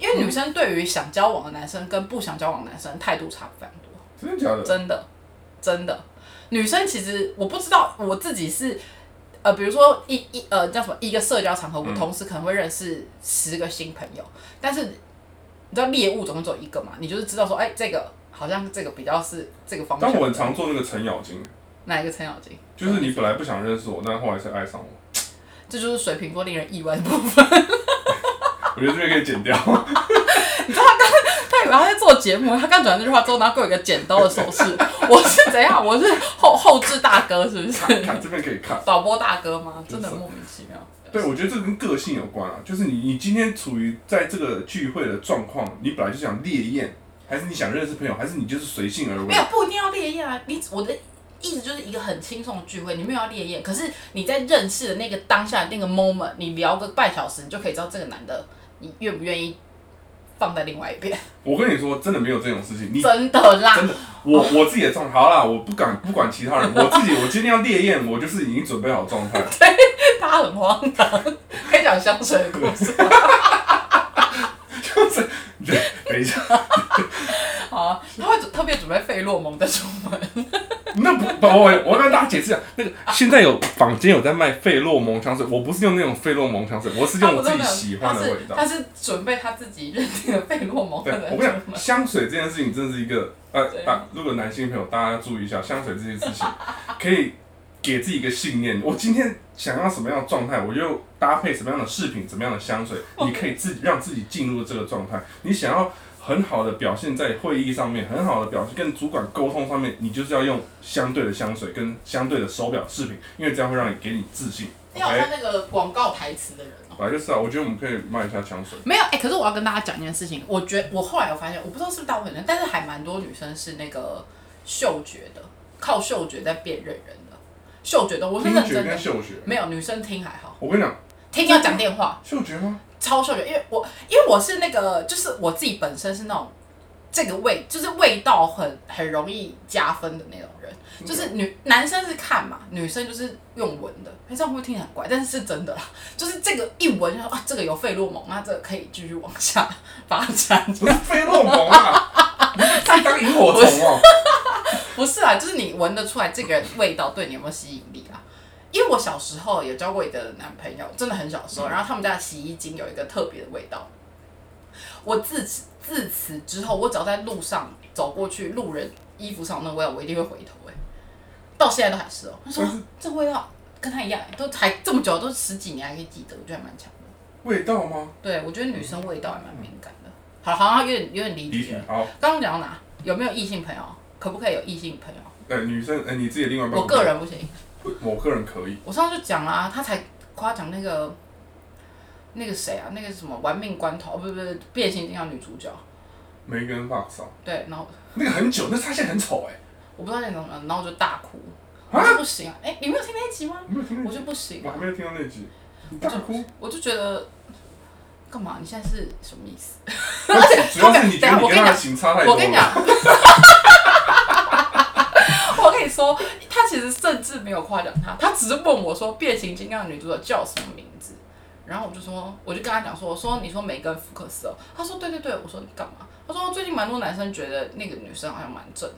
Speaker 1: 因为女生对于想交往的男生跟不想交往的男生态度差非常多，
Speaker 2: 真的假的？
Speaker 1: 真的，真的。女生其实我不知道我自己是，呃，比如说一一呃叫什么一个社交场合，我
Speaker 2: 嗯
Speaker 1: 同时可能会认识十个新朋友，但是你知道猎物总共只有一个嘛，你就是知道说，哎、这个好像这个比较是这个方向
Speaker 2: 但
Speaker 1: 的。
Speaker 2: 我很常做那个程咬金，
Speaker 1: 哪一个程咬金？
Speaker 2: 就是你本来不想认识我，但后来是爱上我。
Speaker 1: 这就是水瓶座令人意外的部分。
Speaker 2: 我觉得这边可以剪掉。
Speaker 1: 他以为他在做节目，他刚讲完这句话之后，然后给我一个剪刀的手 势。我是怎样？我是后后置大哥是不是？
Speaker 2: 看这边可以看。
Speaker 1: 导播大哥吗？真的很莫名其妙。
Speaker 2: 对，我觉得这个跟个性有关啊，就是你你今天处于在这个聚会的状况，你本来就想烈焰，还是你想认识朋友，还是你就是随性而 为
Speaker 1: 没？有不一定要烈焰啊！你我的意思就是一个很轻松的聚会，你没有要烈焰，可是你在认识的那个当下那个 moment，你聊个半小时，你就可以知道这个男的你愿不愿意放在另外一边。
Speaker 2: 我跟你说，真的没有这种事情。你
Speaker 1: 真的啦
Speaker 2: 真，的，我我自己的状态好啦，我不敢不管其他人，我自己我今天要烈焰，我就是已经准备好状 态。
Speaker 1: 他很荒唐。可以讲香水的 故事。
Speaker 2: 就是，等一下，
Speaker 1: 好啊，他会准特别准备费洛蒙再出门。
Speaker 2: 那不不，我我要跟大家解释一下，那个现在有坊间有在卖费洛蒙香水，我不是用那种费洛蒙香水，我是用我自己喜欢的味道。
Speaker 1: 他啊是他是准备他自己认定的费洛蒙
Speaker 2: 对，
Speaker 1: 的
Speaker 2: 我 跟你讲，香水这件事情真是一个呃
Speaker 1: 对，
Speaker 2: 大如果男性朋友大家要注意一下，香水这件事情 可以给自己一个信念，我今天想要什么样的状态，我就搭配什么样的饰品，什么样的香水，你可以自己让自己进入这个状态。你想要很好的表现在会议上面，很好的表现跟主管沟通上面，你就是要用相对的香水跟相对的手表饰品，因为这样会让你给你自信。
Speaker 1: 你好
Speaker 2: OK，
Speaker 1: 像那个广告台词的人哦、
Speaker 2: 本来就是啊，我觉得我们可以卖一下香水。
Speaker 1: 没有哎、可是我要跟大家讲一件事情，我觉我后来有发现，我不知道是不是大部分人，但是还蛮多女生是那个嗅觉的，靠嗅觉在辨认人的，嗅觉的我是
Speaker 2: 听
Speaker 1: 认
Speaker 2: 觉
Speaker 1: 真啊的
Speaker 2: 跟，嗅觉，
Speaker 1: 没有女生听还好，
Speaker 2: 我跟你讲，
Speaker 1: 听要讲电话，
Speaker 2: 嗅觉吗？
Speaker 1: 超嗅觉，因为我因为我是那个，就是我自己本身是那种这个味，就是味道很很容易加分的那种人。就是女男生是看嘛，女生就是用闻的，哎这样会不会听起来很怪？但是是真的啦， 就是这个一闻就说啊，这个有费洛蒙，那这个可以继续往下发展。
Speaker 2: 不是费洛蒙啊，你是当萤火虫哦、
Speaker 1: 不是啊，就是你闻得出来这个人味道对你有没有吸引力啊？因为我小时候有交过一个男朋友，真的很小时候，然后他们家的洗衣精有一个特别的味道。我自此自此之后，我只要在路上走过去，路人衣服上有那个味道，我一定会回头、欸。到现在都还是哦、他说
Speaker 2: 但是
Speaker 1: 这味道跟他一样、欸都还这么久，都十几年还可以记得，我觉得还蛮强的。
Speaker 2: 味道吗？
Speaker 1: 对，我觉得女生味道还蛮敏感的。好，好像有点有点离
Speaker 2: 离
Speaker 1: 题
Speaker 2: 题
Speaker 1: 了。
Speaker 2: 好，
Speaker 1: 刚刚讲到哪？有没有异性朋友？可不可以有异性朋友？
Speaker 2: 呃，女生，呃，你自己的另外一半，
Speaker 1: 我个，人不行。
Speaker 2: 我个人可以，
Speaker 1: 我上次就讲啦、啊他才夸奖那个那个谁啊，那个什么玩命关头，哦不是不是变形金刚女主角，
Speaker 2: 梅根 Fox 啊，
Speaker 1: 对，然后
Speaker 2: 那个很久，那他现在很丑哎、
Speaker 1: 我不知道那种人，然后我就大哭，我
Speaker 2: 啊
Speaker 1: 就不行啊，哎、你没有听那一集吗？
Speaker 2: 我没有听
Speaker 1: 我
Speaker 2: 那
Speaker 1: 就
Speaker 2: 集，
Speaker 1: 不行
Speaker 2: 我
Speaker 1: 啊、
Speaker 2: 还没有听到那集，你大哭，
Speaker 1: 我就觉得干嘛？你现在是什么意思？
Speaker 2: 主要是你觉得你跟他的情差太多
Speaker 1: 我跟你
Speaker 2: 了，
Speaker 1: 讲，我跟你说，他其实甚至没有夸奖他，他只是问我说变形金刚的女主角叫什么名字，然后我就说，我就跟他讲说，我说你说梅根福克斯哦，他说对对对，我说你干嘛？他说最近蛮多男生觉得那个女生好像蛮正的，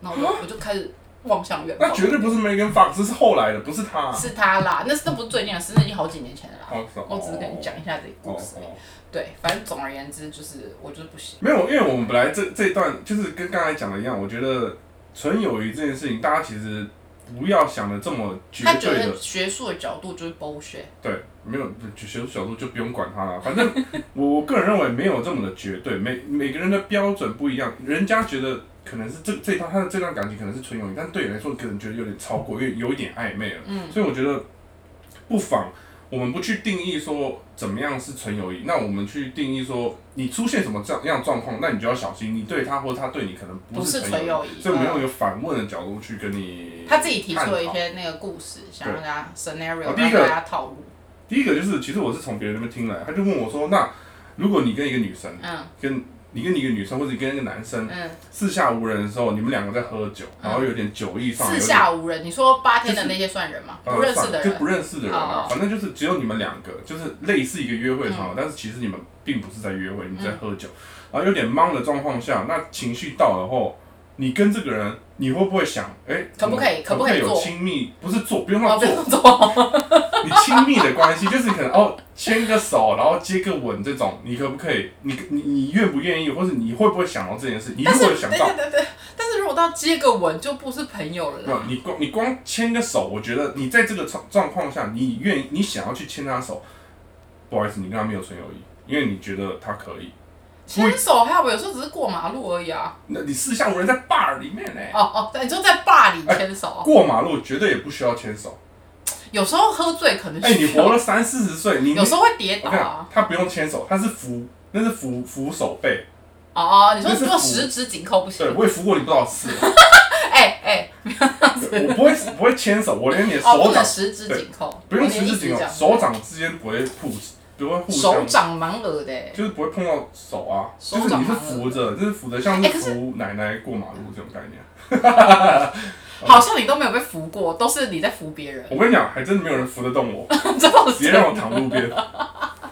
Speaker 1: 然后我就我就开始望向远
Speaker 2: 啊那
Speaker 1: 方，
Speaker 2: 绝对不是 Megan Fox，这是后来的，不是他。
Speaker 1: 是他啦，那是那不是最近的事，那已经好几年前了啦。
Speaker 2: 哦，是哦
Speaker 1: 我只是跟你讲一下这个故事而已，
Speaker 2: 哦哦
Speaker 1: 对，反正总而言之就是我就是不行，
Speaker 2: 没有，因为我们本来这这一段就是跟刚才讲的一样，我觉得纯友谊这件事情，大家其实不要想的这么绝
Speaker 1: 他觉
Speaker 2: 对的
Speaker 1: 得，学术的角度就是 bullshit，
Speaker 2: 对，没有学术角度就不用管它了。反正我我个人认为没有这么的绝对，每每个人的标准不一样，人家觉得可能是这这段他的这段感情可能是纯友谊，但对你来说可能觉得有点超过，有有一点暧昧了。
Speaker 1: 嗯
Speaker 2: 所以我觉得不妨我们不去定义说怎么样是纯友谊，那我们去定义说你出现什么这样样状况，那你就要小心，你对他或他对你可能
Speaker 1: 不是
Speaker 2: 是
Speaker 1: 纯
Speaker 2: 纯友
Speaker 1: 友谊
Speaker 2: 所以我们用
Speaker 1: 嗯
Speaker 2: 一个反问的角度去跟你。
Speaker 1: 他自己提出了一
Speaker 2: 探讨。
Speaker 1: 些那个故事，想让大家 scenario
Speaker 2: 哦
Speaker 1: 让
Speaker 2: 第一个
Speaker 1: 大家套路，
Speaker 2: 第一个就是，其实我是从别人那边听来，他就问我说，那如果你跟一个女生，
Speaker 1: 嗯
Speaker 2: 跟你跟一个女生或者你跟一个男生
Speaker 1: 嗯，
Speaker 2: 四下无人的时候，你们两个在喝酒，然后有点酒意上来，
Speaker 1: 四
Speaker 2: 有点
Speaker 1: 下无人，你说八天的那些算人吗？
Speaker 2: 呃
Speaker 1: 不认识的
Speaker 2: 算就不
Speaker 1: 人，
Speaker 2: 认识的人
Speaker 1: 哦，
Speaker 2: 啊
Speaker 1: 嗯
Speaker 2: 反正就是只有你们两个，就是类似一个约会场合，但是其实你们并不是在约会，你们在喝酒，然后有点懵的状况下，那情绪到了后，你跟这个人，你会不会想，哎，
Speaker 1: 可不可以
Speaker 2: 我可
Speaker 1: 可不可以
Speaker 2: 有
Speaker 1: 做
Speaker 2: 亲密？不是做，不用
Speaker 1: 哦，
Speaker 2: 到
Speaker 1: 不
Speaker 2: 做，
Speaker 1: 用做，
Speaker 2: 你亲密的关系， 就是可能哦牵个手，然后接个吻这种，你可不可以？你你你愿不愿意，或是你会不会想到这件事？你如
Speaker 1: 但是
Speaker 2: 果有 想
Speaker 1: 对
Speaker 2: 到
Speaker 1: 对，对对，但是如果到接个吻就不是朋友了
Speaker 2: 没有
Speaker 1: 啦，
Speaker 2: 你光你光牵个手，我觉得你在这个状状况下，你愿意你想要去牵他手，不好意思，你跟他没有纯友谊，因为你觉得他可以。
Speaker 1: 牵手还有有时候只是过马路而已啊，
Speaker 2: 那你四下无人在 bar 里面呢、
Speaker 1: 哦哦，对你说在坝里牵手，
Speaker 2: 过马路绝对也不需要牵手。
Speaker 1: 有时候喝醉可能
Speaker 2: 哎、你
Speaker 1: 需
Speaker 2: 活
Speaker 1: 要，
Speaker 2: 了三四十岁，你
Speaker 1: 有时候会跌
Speaker 2: 我
Speaker 1: 倒
Speaker 2: 看
Speaker 1: 啊，
Speaker 2: 他不用牵手，他是扶，那是扶扶手背。
Speaker 1: 哦，你说
Speaker 2: 那是
Speaker 1: 做
Speaker 2: 扶
Speaker 1: 十指紧扣不行
Speaker 2: 对，，我也扶过你不少次，
Speaker 1: 哎哎，
Speaker 2: 对我不会不会牵手，我连你的
Speaker 1: 哦，不
Speaker 2: 手掌
Speaker 1: 能十指紧扣，
Speaker 2: 不用
Speaker 1: 我连
Speaker 2: 十
Speaker 1: 一
Speaker 2: 指紧扣，
Speaker 1: 讲
Speaker 2: 手掌之间不会互不会互
Speaker 1: 手
Speaker 2: 相
Speaker 1: 掌蛮恶的欸。
Speaker 2: 就是不会碰到手啊，
Speaker 1: 手
Speaker 2: 就是
Speaker 1: 掌
Speaker 2: 你是
Speaker 1: 麻
Speaker 2: 扶着，就是扶着，像
Speaker 1: 哎
Speaker 2: 是
Speaker 1: 可是
Speaker 2: 扶奶奶过马路这种概念。哦
Speaker 1: 好像你都没有被扶过，都是你在扶别人，
Speaker 2: 我跟你讲，还真的没有人扶得动我，
Speaker 1: 真的
Speaker 2: 直接
Speaker 1: 是。
Speaker 2: 让我躺路边。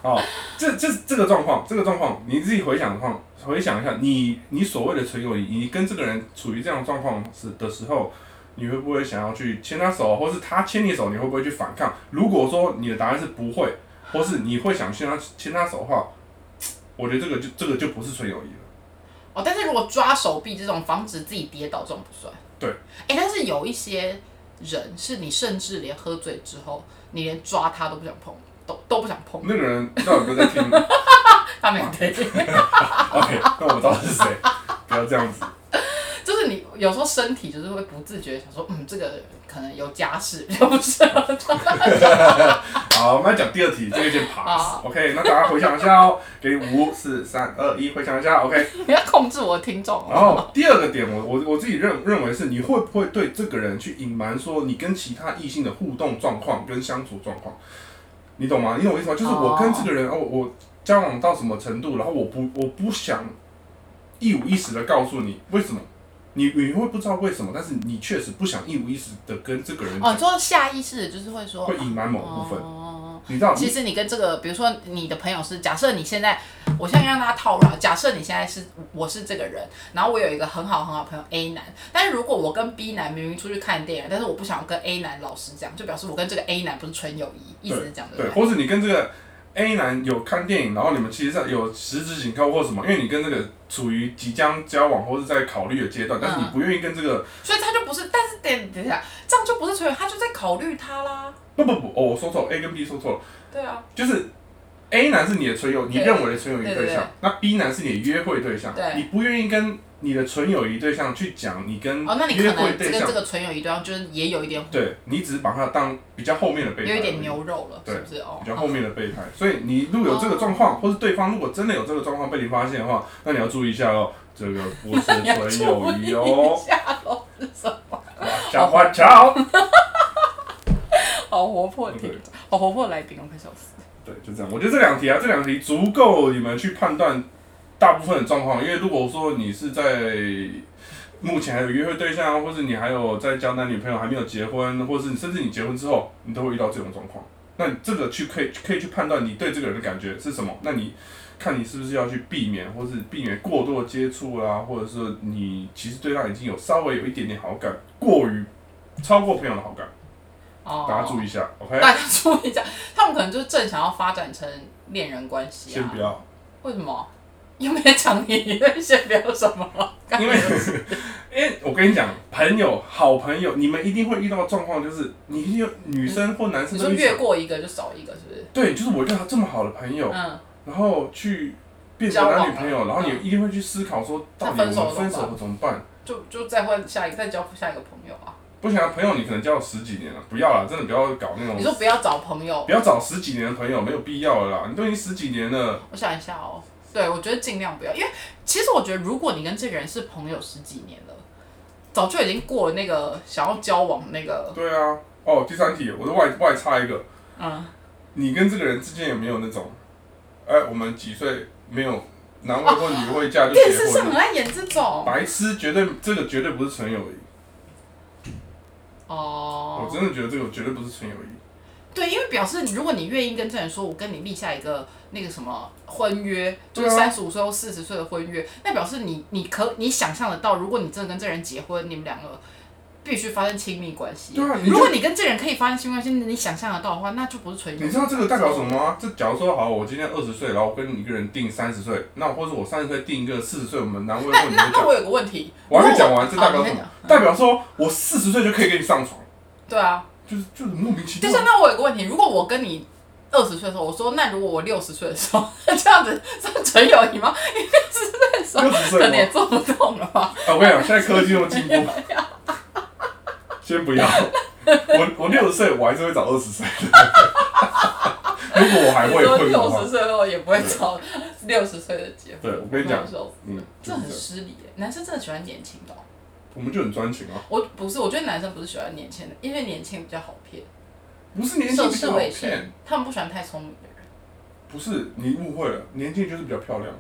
Speaker 2: 哦，这这这个状况，这个状况，你自己回想的话，回想一下，你你所谓的纯友谊，你跟这个人处于这样的状况时的时候，你会不会想要去牵他手，啊或是他牵你手，你会不会去反抗？如果说你的答案是不会，或是你会想牵他牵他手的话，我觉得这个就这个就不是纯友谊了。
Speaker 1: 哦，但是如果抓手臂这种防止自己跌倒，这种不算。
Speaker 2: 对。
Speaker 1: 哎、但是有一些人是你甚至连喝醉之后，你连抓他都不想碰，都都不想碰，
Speaker 2: 那个人到底有没有在听？
Speaker 1: 他没有听。
Speaker 2: OK，那我知道是谁，不要这样子。
Speaker 1: 就是你有时候身体就是会不自觉地想说，嗯，这个人可能有家室，比较不适合
Speaker 2: 好，我们来讲第二题，这个有点 pass
Speaker 1: 好。
Speaker 2: OK，那大家回想一下哦，给你五、四、三、二、一，回想一下。OK，
Speaker 1: 你要控制我的听众哦。
Speaker 2: 然后第二个点，我我我自己认认为是，你会不会对这个人去隐瞒说你跟其他异性的互动状况跟相处状况？你懂吗？你懂我意思吗？就是我跟这个人，哦，我交往到什么程度，然后我不我不想一五一十的告诉你为什么。你你会不知道为什么，但是你确实不想一五一十的跟这个人
Speaker 1: 哦，
Speaker 2: 讲
Speaker 1: 你说下意识的就是会说
Speaker 2: 会隐瞒某部分。
Speaker 1: 哦
Speaker 2: 你知道，
Speaker 1: 其实你跟这个，比如说你的朋友是，假设你现在，我现在让大家套路啊，假设你现在是我是这个人，然后我有一个很好很好的朋友 A 男，但是如果我跟 B 男明明出去看电影，但是我不想跟 A 男老师讲，就表示我跟这个 A 男不是纯友谊，意思是这样
Speaker 2: 对，
Speaker 1: 不对？
Speaker 2: 或是你跟这个 A 男有看电影，然后你们其实在有十指紧扣或什么，因为你跟这个处于即将交往或是在考虑的阶
Speaker 1: 嗯
Speaker 2: 段，但是你不愿意跟这个
Speaker 1: 所以他就不是，但是等等一下，这样就不是纯友谊，他就在考虑他啦，
Speaker 2: 不不不哦，我说错，A 跟 B 说错了，
Speaker 1: 对啊，
Speaker 2: 就是 A 男是你的纯友，你
Speaker 1: 对
Speaker 2: 认为的纯友谊
Speaker 1: 对对
Speaker 2: 象，那 B 男是你的约会对象，
Speaker 1: 对
Speaker 2: 你不愿意跟你的纯友谊对象去讲你跟
Speaker 1: 哦，那你可
Speaker 2: 约会
Speaker 1: 能
Speaker 2: 对
Speaker 1: 这个
Speaker 2: 象
Speaker 1: 这，个纯友谊对象就是也有一点
Speaker 2: 对你只是把它当比较后面的备胎，
Speaker 1: 有一点牛肉了，
Speaker 2: 对
Speaker 1: 是不是？哦
Speaker 2: 比，较后面的备胎，所以你如果有这个状况，或是对方如果真的有这个状况被你发现的话，那你要注意一下哦，这个不是纯友谊 哦，
Speaker 1: 下楼是什么？
Speaker 2: 小花桥。
Speaker 1: 哦好活泼的听众，好活泼的来宾，我快笑死。
Speaker 2: 对，就这样。我觉得这两题啊，这两题足够你们去判断大部分的状况，因为如果说你是在目前还有约会对象，啊或是你还有在交男女朋友，还没有结婚，或是你甚至你结婚之后，你都会遇到这种状况。那你这个去可以可以去判断你对这个人的感觉是什么？那你看你是不是要去避免，或是避免过多的接触啦、或者是你其实对他已经有稍微有一点点好感，过于超过朋友的好感，
Speaker 1: 哦，
Speaker 2: 大家注意一下，OK？
Speaker 1: 大家注意一下，他们可能就是正想要发展成恋人关系
Speaker 2: 先
Speaker 1: 啊
Speaker 2: 不。要，
Speaker 1: 为什么？又没讲你先不要什么？
Speaker 2: 因为 因为我跟你讲，朋友好朋友，你们一定会遇到状况，就是你一定有女生或男 生
Speaker 1: 你
Speaker 2: 都
Speaker 1: 说
Speaker 2: 会
Speaker 1: 越过一个就少一个，是不是？
Speaker 2: 对，就是我跟他这么好的朋友，
Speaker 1: 嗯，
Speaker 2: 然后去变成
Speaker 1: 交往啊
Speaker 2: 男女朋友，然后你一定会去思考说，
Speaker 1: 那
Speaker 2: 到底我
Speaker 1: 分手
Speaker 2: 们分
Speaker 1: 怎么
Speaker 2: 手了怎么办？
Speaker 1: 就就再换下一个，再交下一个朋友啊。
Speaker 2: 不行啊，朋友你可能交了十几年了，不要了，真的不要搞那
Speaker 1: 你
Speaker 2: 种，
Speaker 1: 说不要找朋友，
Speaker 2: 不要找十几年的朋友，没有必要了啦。你都已经十几年了，
Speaker 1: 我想一下哦。对，我觉得尽量不要，因为其实我觉得，如果你跟这个人是朋友十几年了，早就已经过了那个想要交往那个，
Speaker 2: 对啊。哦，第三题，我的外外插一个，
Speaker 1: 嗯，
Speaker 2: 你跟这个人之间有没有那种，哎、我们几岁没有男未婚女未嫁就
Speaker 1: 电
Speaker 2: 结
Speaker 1: 视上
Speaker 2: 婚
Speaker 1: 很
Speaker 2: 了？
Speaker 1: 爱演这种
Speaker 2: 白痴，绝对这个绝对不是纯友
Speaker 1: 哦
Speaker 2: 谊，我。真的觉得这个绝对不是纯友谊。
Speaker 1: 对，因为表示如果你愿意跟这人说，我跟你立下一个那个什么婚约，就
Speaker 2: 对
Speaker 1: 是
Speaker 2: 啊
Speaker 1: 三十五岁或四十岁的婚约，那表示你你可你想象得到，如果你真的跟这人结婚，你们两个必须发生亲密关系。
Speaker 2: 对啊你就
Speaker 1: 如果你跟这人可以发生亲密关系，你想象得到的话，那就不是纯友谊。
Speaker 2: 你知道这个代表什么吗？这假如说好，我今天二十岁，然后我跟一个人定三十岁，那或者我三十岁定一个四十岁，我们男未
Speaker 1: 那
Speaker 2: 婚女
Speaker 1: 那那
Speaker 2: 未 嫁，
Speaker 1: 我有个问题，
Speaker 2: 我还没讲
Speaker 1: 哦
Speaker 2: 完，这代表
Speaker 1: 你
Speaker 2: 什
Speaker 1: 先
Speaker 2: 么
Speaker 1: 讲？
Speaker 2: 代表说我四十岁就可以跟你上床，
Speaker 1: 对啊，
Speaker 2: 就是就是莫名其
Speaker 1: 但
Speaker 2: 妙
Speaker 1: 是。那我有个问题，如果我跟你二十岁的时候，我说那如果我六十岁的时候 这样子，这纯友谊吗？你六十岁的时候
Speaker 2: 六十
Speaker 1: 可
Speaker 2: 岁
Speaker 1: 能也
Speaker 2: 吗？
Speaker 1: 做不动了吧？
Speaker 2: 啊，我跟你讲，现在科技那么进步，先不要。我我六十岁，我还是会找二十岁的。如果我还
Speaker 1: 你
Speaker 2: 会
Speaker 1: 说
Speaker 2: 混的
Speaker 1: 六
Speaker 2: 话
Speaker 1: 十，岁后也不会找六十岁的结婚。
Speaker 2: 对我跟你讲
Speaker 1: 那时候
Speaker 2: 嗯，
Speaker 1: 这
Speaker 2: 就是
Speaker 1: 很
Speaker 2: 这样
Speaker 1: 失礼耶。男生真的喜欢年轻的哦、
Speaker 2: 我们就很专情啊，
Speaker 1: 我不是，我觉得男生不是喜欢年轻的，因为年轻比较好骗，
Speaker 2: 不是年轻比较
Speaker 1: 涉
Speaker 2: 好
Speaker 1: 世未深
Speaker 2: 骗，，
Speaker 1: 他们不喜欢太聪明的人。
Speaker 2: 不是你误会了，年轻就是比较漂亮。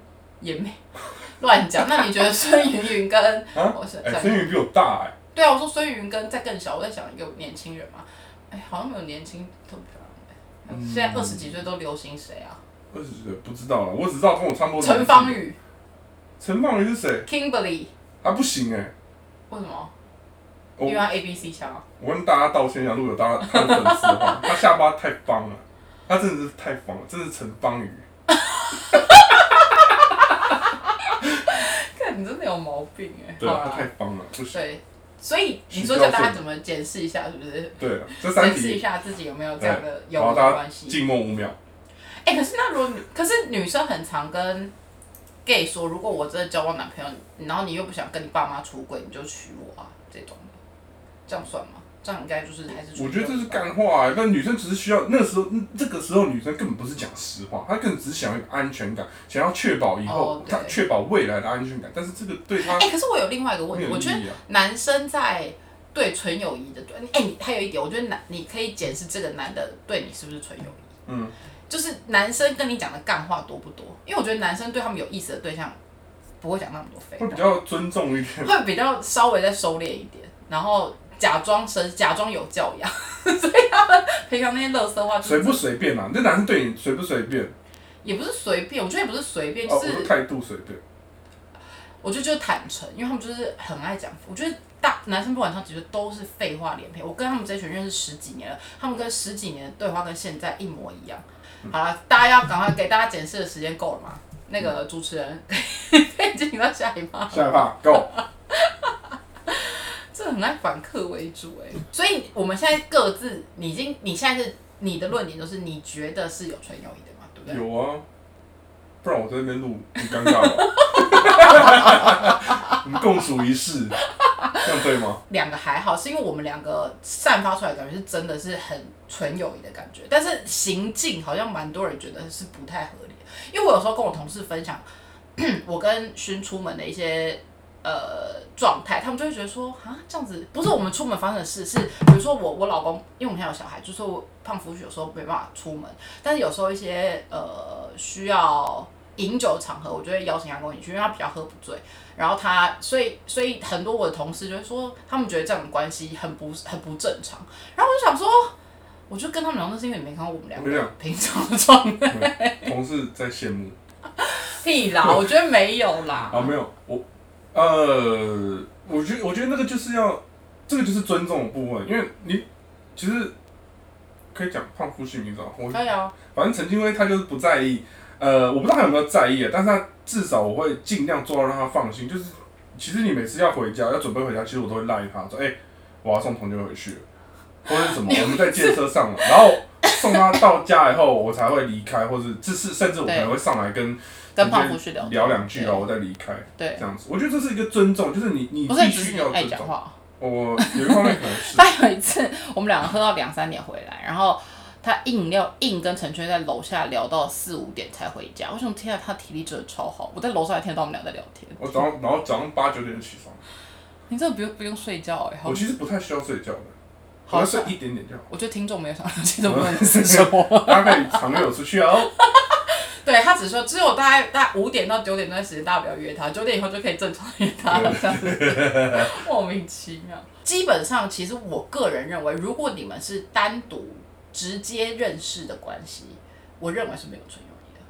Speaker 1: 也没 乱讲。那你觉得孙云云跟哦
Speaker 2: 啊
Speaker 1: 我是
Speaker 2: 哎、
Speaker 1: 在
Speaker 2: 孙宇比我大哎、
Speaker 1: 对啊，我说孙云跟再更小，我在想一个年轻人嘛，哎，好像没有年轻特别漂亮的。
Speaker 2: 嗯
Speaker 1: 现在二十几岁都流行谁啊？
Speaker 2: 二十岁不知道了，我只知道跟我差不多。
Speaker 1: 陈芳，宇、
Speaker 2: 陈芳宇是谁？
Speaker 1: Kimberly，
Speaker 2: 啊，不行哎、
Speaker 1: 为什么？
Speaker 2: 我
Speaker 1: 因为他 A B C 枪啊。
Speaker 2: 我跟大家道歉一下，如果有大家 他的粉丝的话，他下巴太方了，他真的是太方了，真的是陈芳宇。
Speaker 1: 看你真的有毛病哎、
Speaker 2: 对
Speaker 1: 好
Speaker 2: 啊，
Speaker 1: 啦
Speaker 2: 他太方了，不行。
Speaker 1: 对，所以你
Speaker 2: 需
Speaker 1: 说
Speaker 2: 要
Speaker 1: 叫大家
Speaker 2: 慎
Speaker 1: 怎么检视一下，是不是？
Speaker 2: 对啊，这三
Speaker 1: 检视一
Speaker 2: 题，
Speaker 1: 下自己有没有这样的友
Speaker 2: 好，
Speaker 1: 谊
Speaker 2: 大家
Speaker 1: 关系？
Speaker 2: 静默五秒。
Speaker 1: 哎、可是那如果女可是女生很常跟 gay 说，如果我真的交往男朋友，然后你又不想跟你爸妈出轨，你就娶我啊，这种的，这样算吗？这样应该就是还是
Speaker 2: 我觉得这是
Speaker 1: 干
Speaker 2: 干话、欸，但女生只是需要那时候，嗯这个时候女生根本不是讲实话，她更只是想要一个安全感，想要确保以后
Speaker 1: 哦，对
Speaker 2: 她确保未来的安全感。但是这个对她
Speaker 1: 哎、可是我有另外一个问题，
Speaker 2: 没有
Speaker 1: 我
Speaker 2: 意
Speaker 1: 觉得
Speaker 2: 义啊。
Speaker 1: 男生在对纯友谊的对，哎、你还有一点，我觉得男你可以检视这个男的对你是不是纯友谊。
Speaker 2: 嗯，
Speaker 1: 就是男生跟你讲的干话多不多？因为我觉得男生对他们有意思的对象不会讲那么多废
Speaker 2: 会比
Speaker 1: 话，
Speaker 2: 较尊重一点。
Speaker 1: 会比较稍微再收敛一点，然后假装绅，假装有教养， 所以他们平常那些乐色话就
Speaker 2: 随
Speaker 1: 是
Speaker 2: 不随便嘛、啊？那男生对你随不随便？
Speaker 1: 也不是随便，我觉得也不是随便，
Speaker 2: 哦，
Speaker 1: 就
Speaker 2: 我
Speaker 1: 是、啊
Speaker 2: 说态度随便。
Speaker 1: 我觉得就是坦诚，因为他们就是很爱讲。我觉得大男生不管他，其实都是废话连篇。我跟他们这群认识十几年了，他们跟十几年的对话跟现在一模一样。好了，大家要赶快给大家检视的时间够了吗？那个主持人可以进行到下一趴。
Speaker 2: 下一趴，Go。
Speaker 1: 这很爱反客为主哎、所以我们现在各自，你已经你现在是你的论点就是你觉得是有纯友谊的嘛，对不对？
Speaker 2: 有啊，不然我在那边录很尴尬 吧？我们共处一室，这样对吗？
Speaker 1: 两个还好，是因为我们两个散发出来的感觉是真的是很纯友谊的感觉，但是行径好像蛮多人觉得是不太合理的。因为我有时候跟我同事分享 我跟勋出门的一些呃状态，他们就会觉得说啊这样子不是我们出门发生的事，是比如说我我老公，因为我们现在有小孩，就说我胖夫有时候没办法出门，但是有时候一些呃需要饮酒的场合，我就会邀请他跟我一起去，因为他比较喝不醉。然后他，所以所以很多我的同事就会说，他们觉得这样的关系很不很不正常。然后我就想说，我就跟他们聊，那是因为你没看到我们两
Speaker 2: 没有
Speaker 1: 个平常的状态。
Speaker 2: 同事在羡慕
Speaker 1: 屁啦， 我觉得没有啦。
Speaker 2: 啊，没有我，呃，我觉我觉得那个就是要，这个就是尊重的部分，因为你其实可以讲胖夫性你知道，哦我
Speaker 1: 可以啊，
Speaker 2: 反正陈金辉他就是不在意，呃，我不知道他有没有在意啊，但是他至少我会尽量做到让他放心。就是其实你每次要回家要准备回家，其实我都会赖他说，哎、我要送同学回去了，或者是什么，我们在借车上了，然后送他到家以后，我才会离开，或者至是甚至我可能会上来跟
Speaker 1: 跟胖虎去聊
Speaker 2: 聊两句，
Speaker 1: 对
Speaker 2: 然后我再离开，
Speaker 1: 对
Speaker 2: 这，样子。我觉得这是一个尊重，就是你你
Speaker 1: 不是
Speaker 2: 必
Speaker 1: 只是
Speaker 2: 须
Speaker 1: 你
Speaker 2: 要
Speaker 1: 爱
Speaker 2: 尊
Speaker 1: 讲
Speaker 2: 重。
Speaker 1: 话。
Speaker 2: 我有一方面可能是，
Speaker 1: 但有一次，我们两个喝到两三点回来，然后他硬要硬跟陈圈在楼下聊到四五点才回家。我想天啊，他体力真的超好，我在楼上还听得到我们俩在聊天。
Speaker 2: 我早上然后早上八九点就起床，
Speaker 1: 你真的不用不用睡觉哎、好
Speaker 2: 我，其实不太需要睡觉的，我
Speaker 1: 好
Speaker 2: 要睡一点点就好。
Speaker 1: 我觉得听众没有想到这种问题是什 么。
Speaker 2: 大概常有出去哦。
Speaker 1: 对他只是说，只有大概大概五点到九点那段时间，大家不要约他，九点以后就可以正常约他了，这样子莫名其妙。基本上，其实我个人认为，如果你们是单独直接认识的关系，我认为是没有纯友谊的。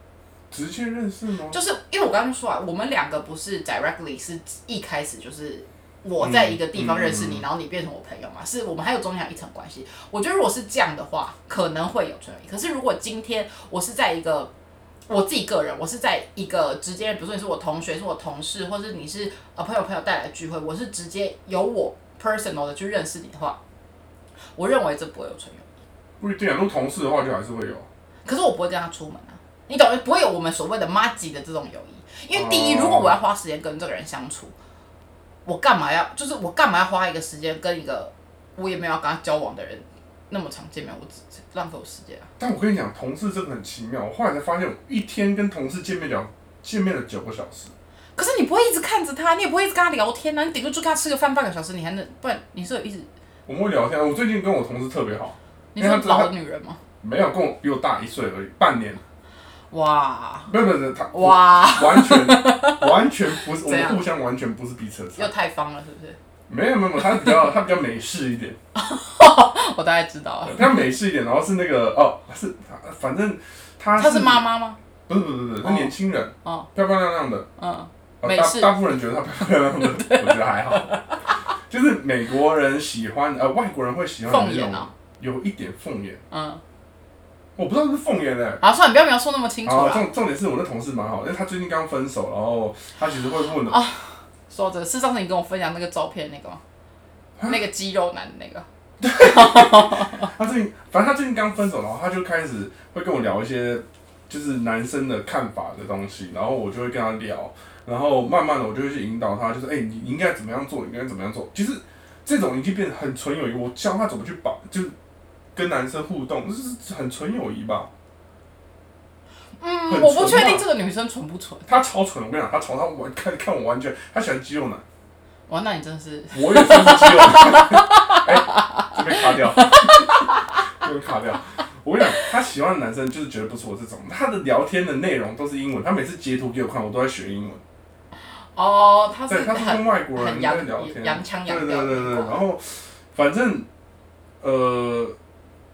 Speaker 2: 直接认识吗？
Speaker 1: 就是因为我刚刚就说啊，我们两个不是 directly 是一开始就是我在一个地方认识你，
Speaker 2: 嗯嗯
Speaker 1: 然后你变成我朋友嘛，是我们还有中间还有一层关系。我觉得如果是这样的话，可能会有存疑。可是如果今天我是在一个我自己个人，我是在一个直接，比如说你是我同学，是我同事，或者你是呃朋友朋友带来的聚会，我是直接由我 personal 的去认识你的话，我认为这不会有存疑。
Speaker 2: 不一定啊，如果同事的话就还是会有。
Speaker 1: 可是我不会跟他出门啊，你懂？不会有我们所谓的妈吉的这种友谊，因为第一，
Speaker 2: 哦
Speaker 1: 如果我要花时间跟这个人相处，我干嘛要？就是我干嘛要花一个时间跟一个我也没有要跟他交往的人那么常见面？我只只浪费我时间啊！
Speaker 2: 但我跟你讲，同事真的很奇妙。我后来才发现，我一天跟同事见面聊见面了九个小时。
Speaker 1: 可是你不会一直看着他，你也不会一直跟他聊天啊，你顶多就跟他吃个饭半个小时，你还能不然你是有一直
Speaker 2: 我们会聊天啊，我最近跟我同事特别好，
Speaker 1: 你
Speaker 2: 因
Speaker 1: 是
Speaker 2: 为他知道
Speaker 1: 老女人吗？
Speaker 2: 没有跟我比我大一岁而已，半年。
Speaker 1: 哇
Speaker 2: 没有没有没有，他我
Speaker 1: 哇，
Speaker 2: 完全 完全不是，我
Speaker 1: 怎样
Speaker 2: 们互相完全不是彼此的
Speaker 1: 又太
Speaker 2: 菜。
Speaker 1: 方了是不是？
Speaker 2: 没有没有没有，他比较他比较美式一点，
Speaker 1: 我大概知道了，
Speaker 2: 他美式一点，然后是那个哦是他反正他
Speaker 1: 她是妈妈吗？
Speaker 2: 不是不是不是，他
Speaker 1: 哦
Speaker 2: 年轻人，
Speaker 1: 哦
Speaker 2: 漂漂亮亮的。
Speaker 1: 嗯，
Speaker 2: 呃
Speaker 1: 美
Speaker 2: 大
Speaker 1: 式
Speaker 2: 大部分人觉得他漂漂 亮亮的，我觉得还好。就是美国人喜欢，呃，外国人会喜欢
Speaker 1: 凤
Speaker 2: 那
Speaker 1: 眼
Speaker 2: 种
Speaker 1: 啊，
Speaker 2: 有一点凤眼，
Speaker 1: 嗯，
Speaker 2: 我不知道是凤眼嘞、欸。
Speaker 1: 好，算了，不要描述那么清楚
Speaker 2: 啊，
Speaker 1: 了。
Speaker 2: 重重点是我那同事蛮好，因为他最近刚分手，然后他其实会问的，
Speaker 1: 啊说着是上次你跟我分享那个照片那个吗？
Speaker 2: 啊
Speaker 1: 那个肌肉男的那个，
Speaker 2: 他最近反正他最近刚分手，然后他就开始会跟我聊一些就是男生的看法的东西，然后我就会跟他聊，然后慢慢的我就会去引导他，就是哎、你你应该怎么样做，你应该怎么样做，其实这种已经变得很纯友谊，我教他怎么去把就是跟男生互动，这是很纯友谊吧？
Speaker 1: 嗯，
Speaker 2: 很
Speaker 1: 我不确
Speaker 2: 纯啊
Speaker 1: 定这个女生纯不纯。
Speaker 2: 他超纯，我跟你讲，他从他完看看我完全，他喜欢肌肉男，
Speaker 1: 哇，那你真的是
Speaker 2: 我也算是肌肉男，哎、就被卡 掉，就被卡掉。我跟你讲，他喜欢的男生就是绝对不是我这种，他的聊天的内容都是英文，他每次截图给我看，我都在学英文。
Speaker 1: 哦，她是
Speaker 2: 对，他是
Speaker 1: 很
Speaker 2: 跟外国人
Speaker 1: 很
Speaker 2: 在
Speaker 1: 洋
Speaker 2: 聊天，
Speaker 1: 洋腔
Speaker 2: 对
Speaker 1: 洋
Speaker 2: 对
Speaker 1: 调的
Speaker 2: 对对，
Speaker 1: 那种
Speaker 2: 然后反正呃，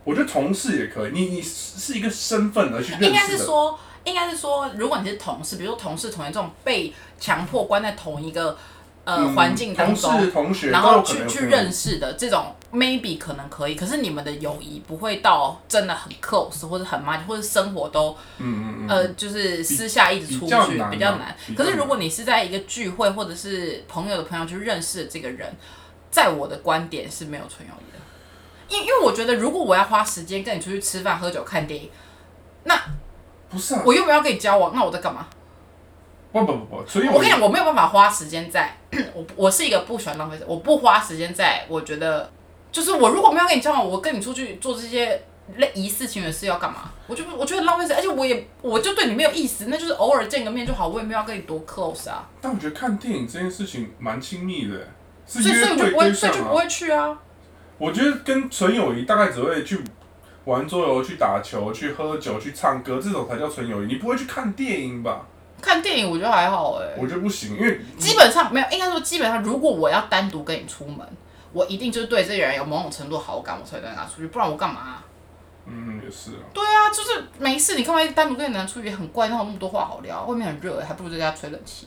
Speaker 2: 我觉得同事也可以，你你是是一个身份而去认识的，
Speaker 1: 应该是说，应该是说，如果你是同事，比如说同事同学这种被强迫关在同一个呃
Speaker 2: 嗯
Speaker 1: 环境当
Speaker 2: 同
Speaker 1: 中
Speaker 2: 事，同学，
Speaker 1: 然后
Speaker 2: 都可能
Speaker 1: 去
Speaker 2: 有
Speaker 1: 去
Speaker 2: 朋友
Speaker 1: 认识的这种，maybe 可能可以，可是你们的友谊不会到真的很 close 或者很 much，或者生活都
Speaker 2: 嗯嗯嗯，
Speaker 1: 呃，就是私下一直出
Speaker 2: 比
Speaker 1: 去
Speaker 2: 较难啊
Speaker 1: 比较难
Speaker 2: 比。较
Speaker 1: 可
Speaker 2: 难
Speaker 1: 是如果你是在一个聚会或者是朋友的朋友去认识的这个人，在我的观点是没有纯友谊的，因因为我觉得如果我要花时间跟你出去吃饭、喝酒、看电影，
Speaker 2: 不是啊，
Speaker 1: 我又没有要跟你交往，那我在干嘛？
Speaker 2: 不不不不，所以
Speaker 1: 我跟你讲，我没有办法花时间在， 我我是一个不喜欢浪费时间，我不花时间在，我觉得就是我如果没有跟你交往，我跟你出去做这些类疑似情的事要干嘛？我就不我觉得浪费时间，而且我也我就对你没有意思，那就是偶尔见个面就好，我也没有要跟你多 close 啊，
Speaker 2: 但我觉得看电影这件事情蛮亲密的，是
Speaker 1: 所以所以
Speaker 2: 约
Speaker 1: 我就
Speaker 2: 会
Speaker 1: 不会，
Speaker 2: 对
Speaker 1: 所
Speaker 2: 象
Speaker 1: 以就不
Speaker 2: 啊。
Speaker 1: 会去啊。
Speaker 2: 我觉得跟纯友谊大概只会去玩桌游、去打球、去喝酒、去唱歌，这种才叫纯友谊。你不会去看电影吧？
Speaker 1: 看电影我觉得还好哎、
Speaker 2: 我觉得不行，因为
Speaker 1: 基本上没有，应该说基本上，如果我要单独跟你出门，我一定就是对这个人有某种程度的好感，我才会跟他出去，不然我干嘛啊、
Speaker 2: 嗯也 是啊，
Speaker 1: 对啊，就是没事，你干嘛一直单独跟你男出去也很怪，那有那么多话好聊，外面很热、还不如在家吹冷气。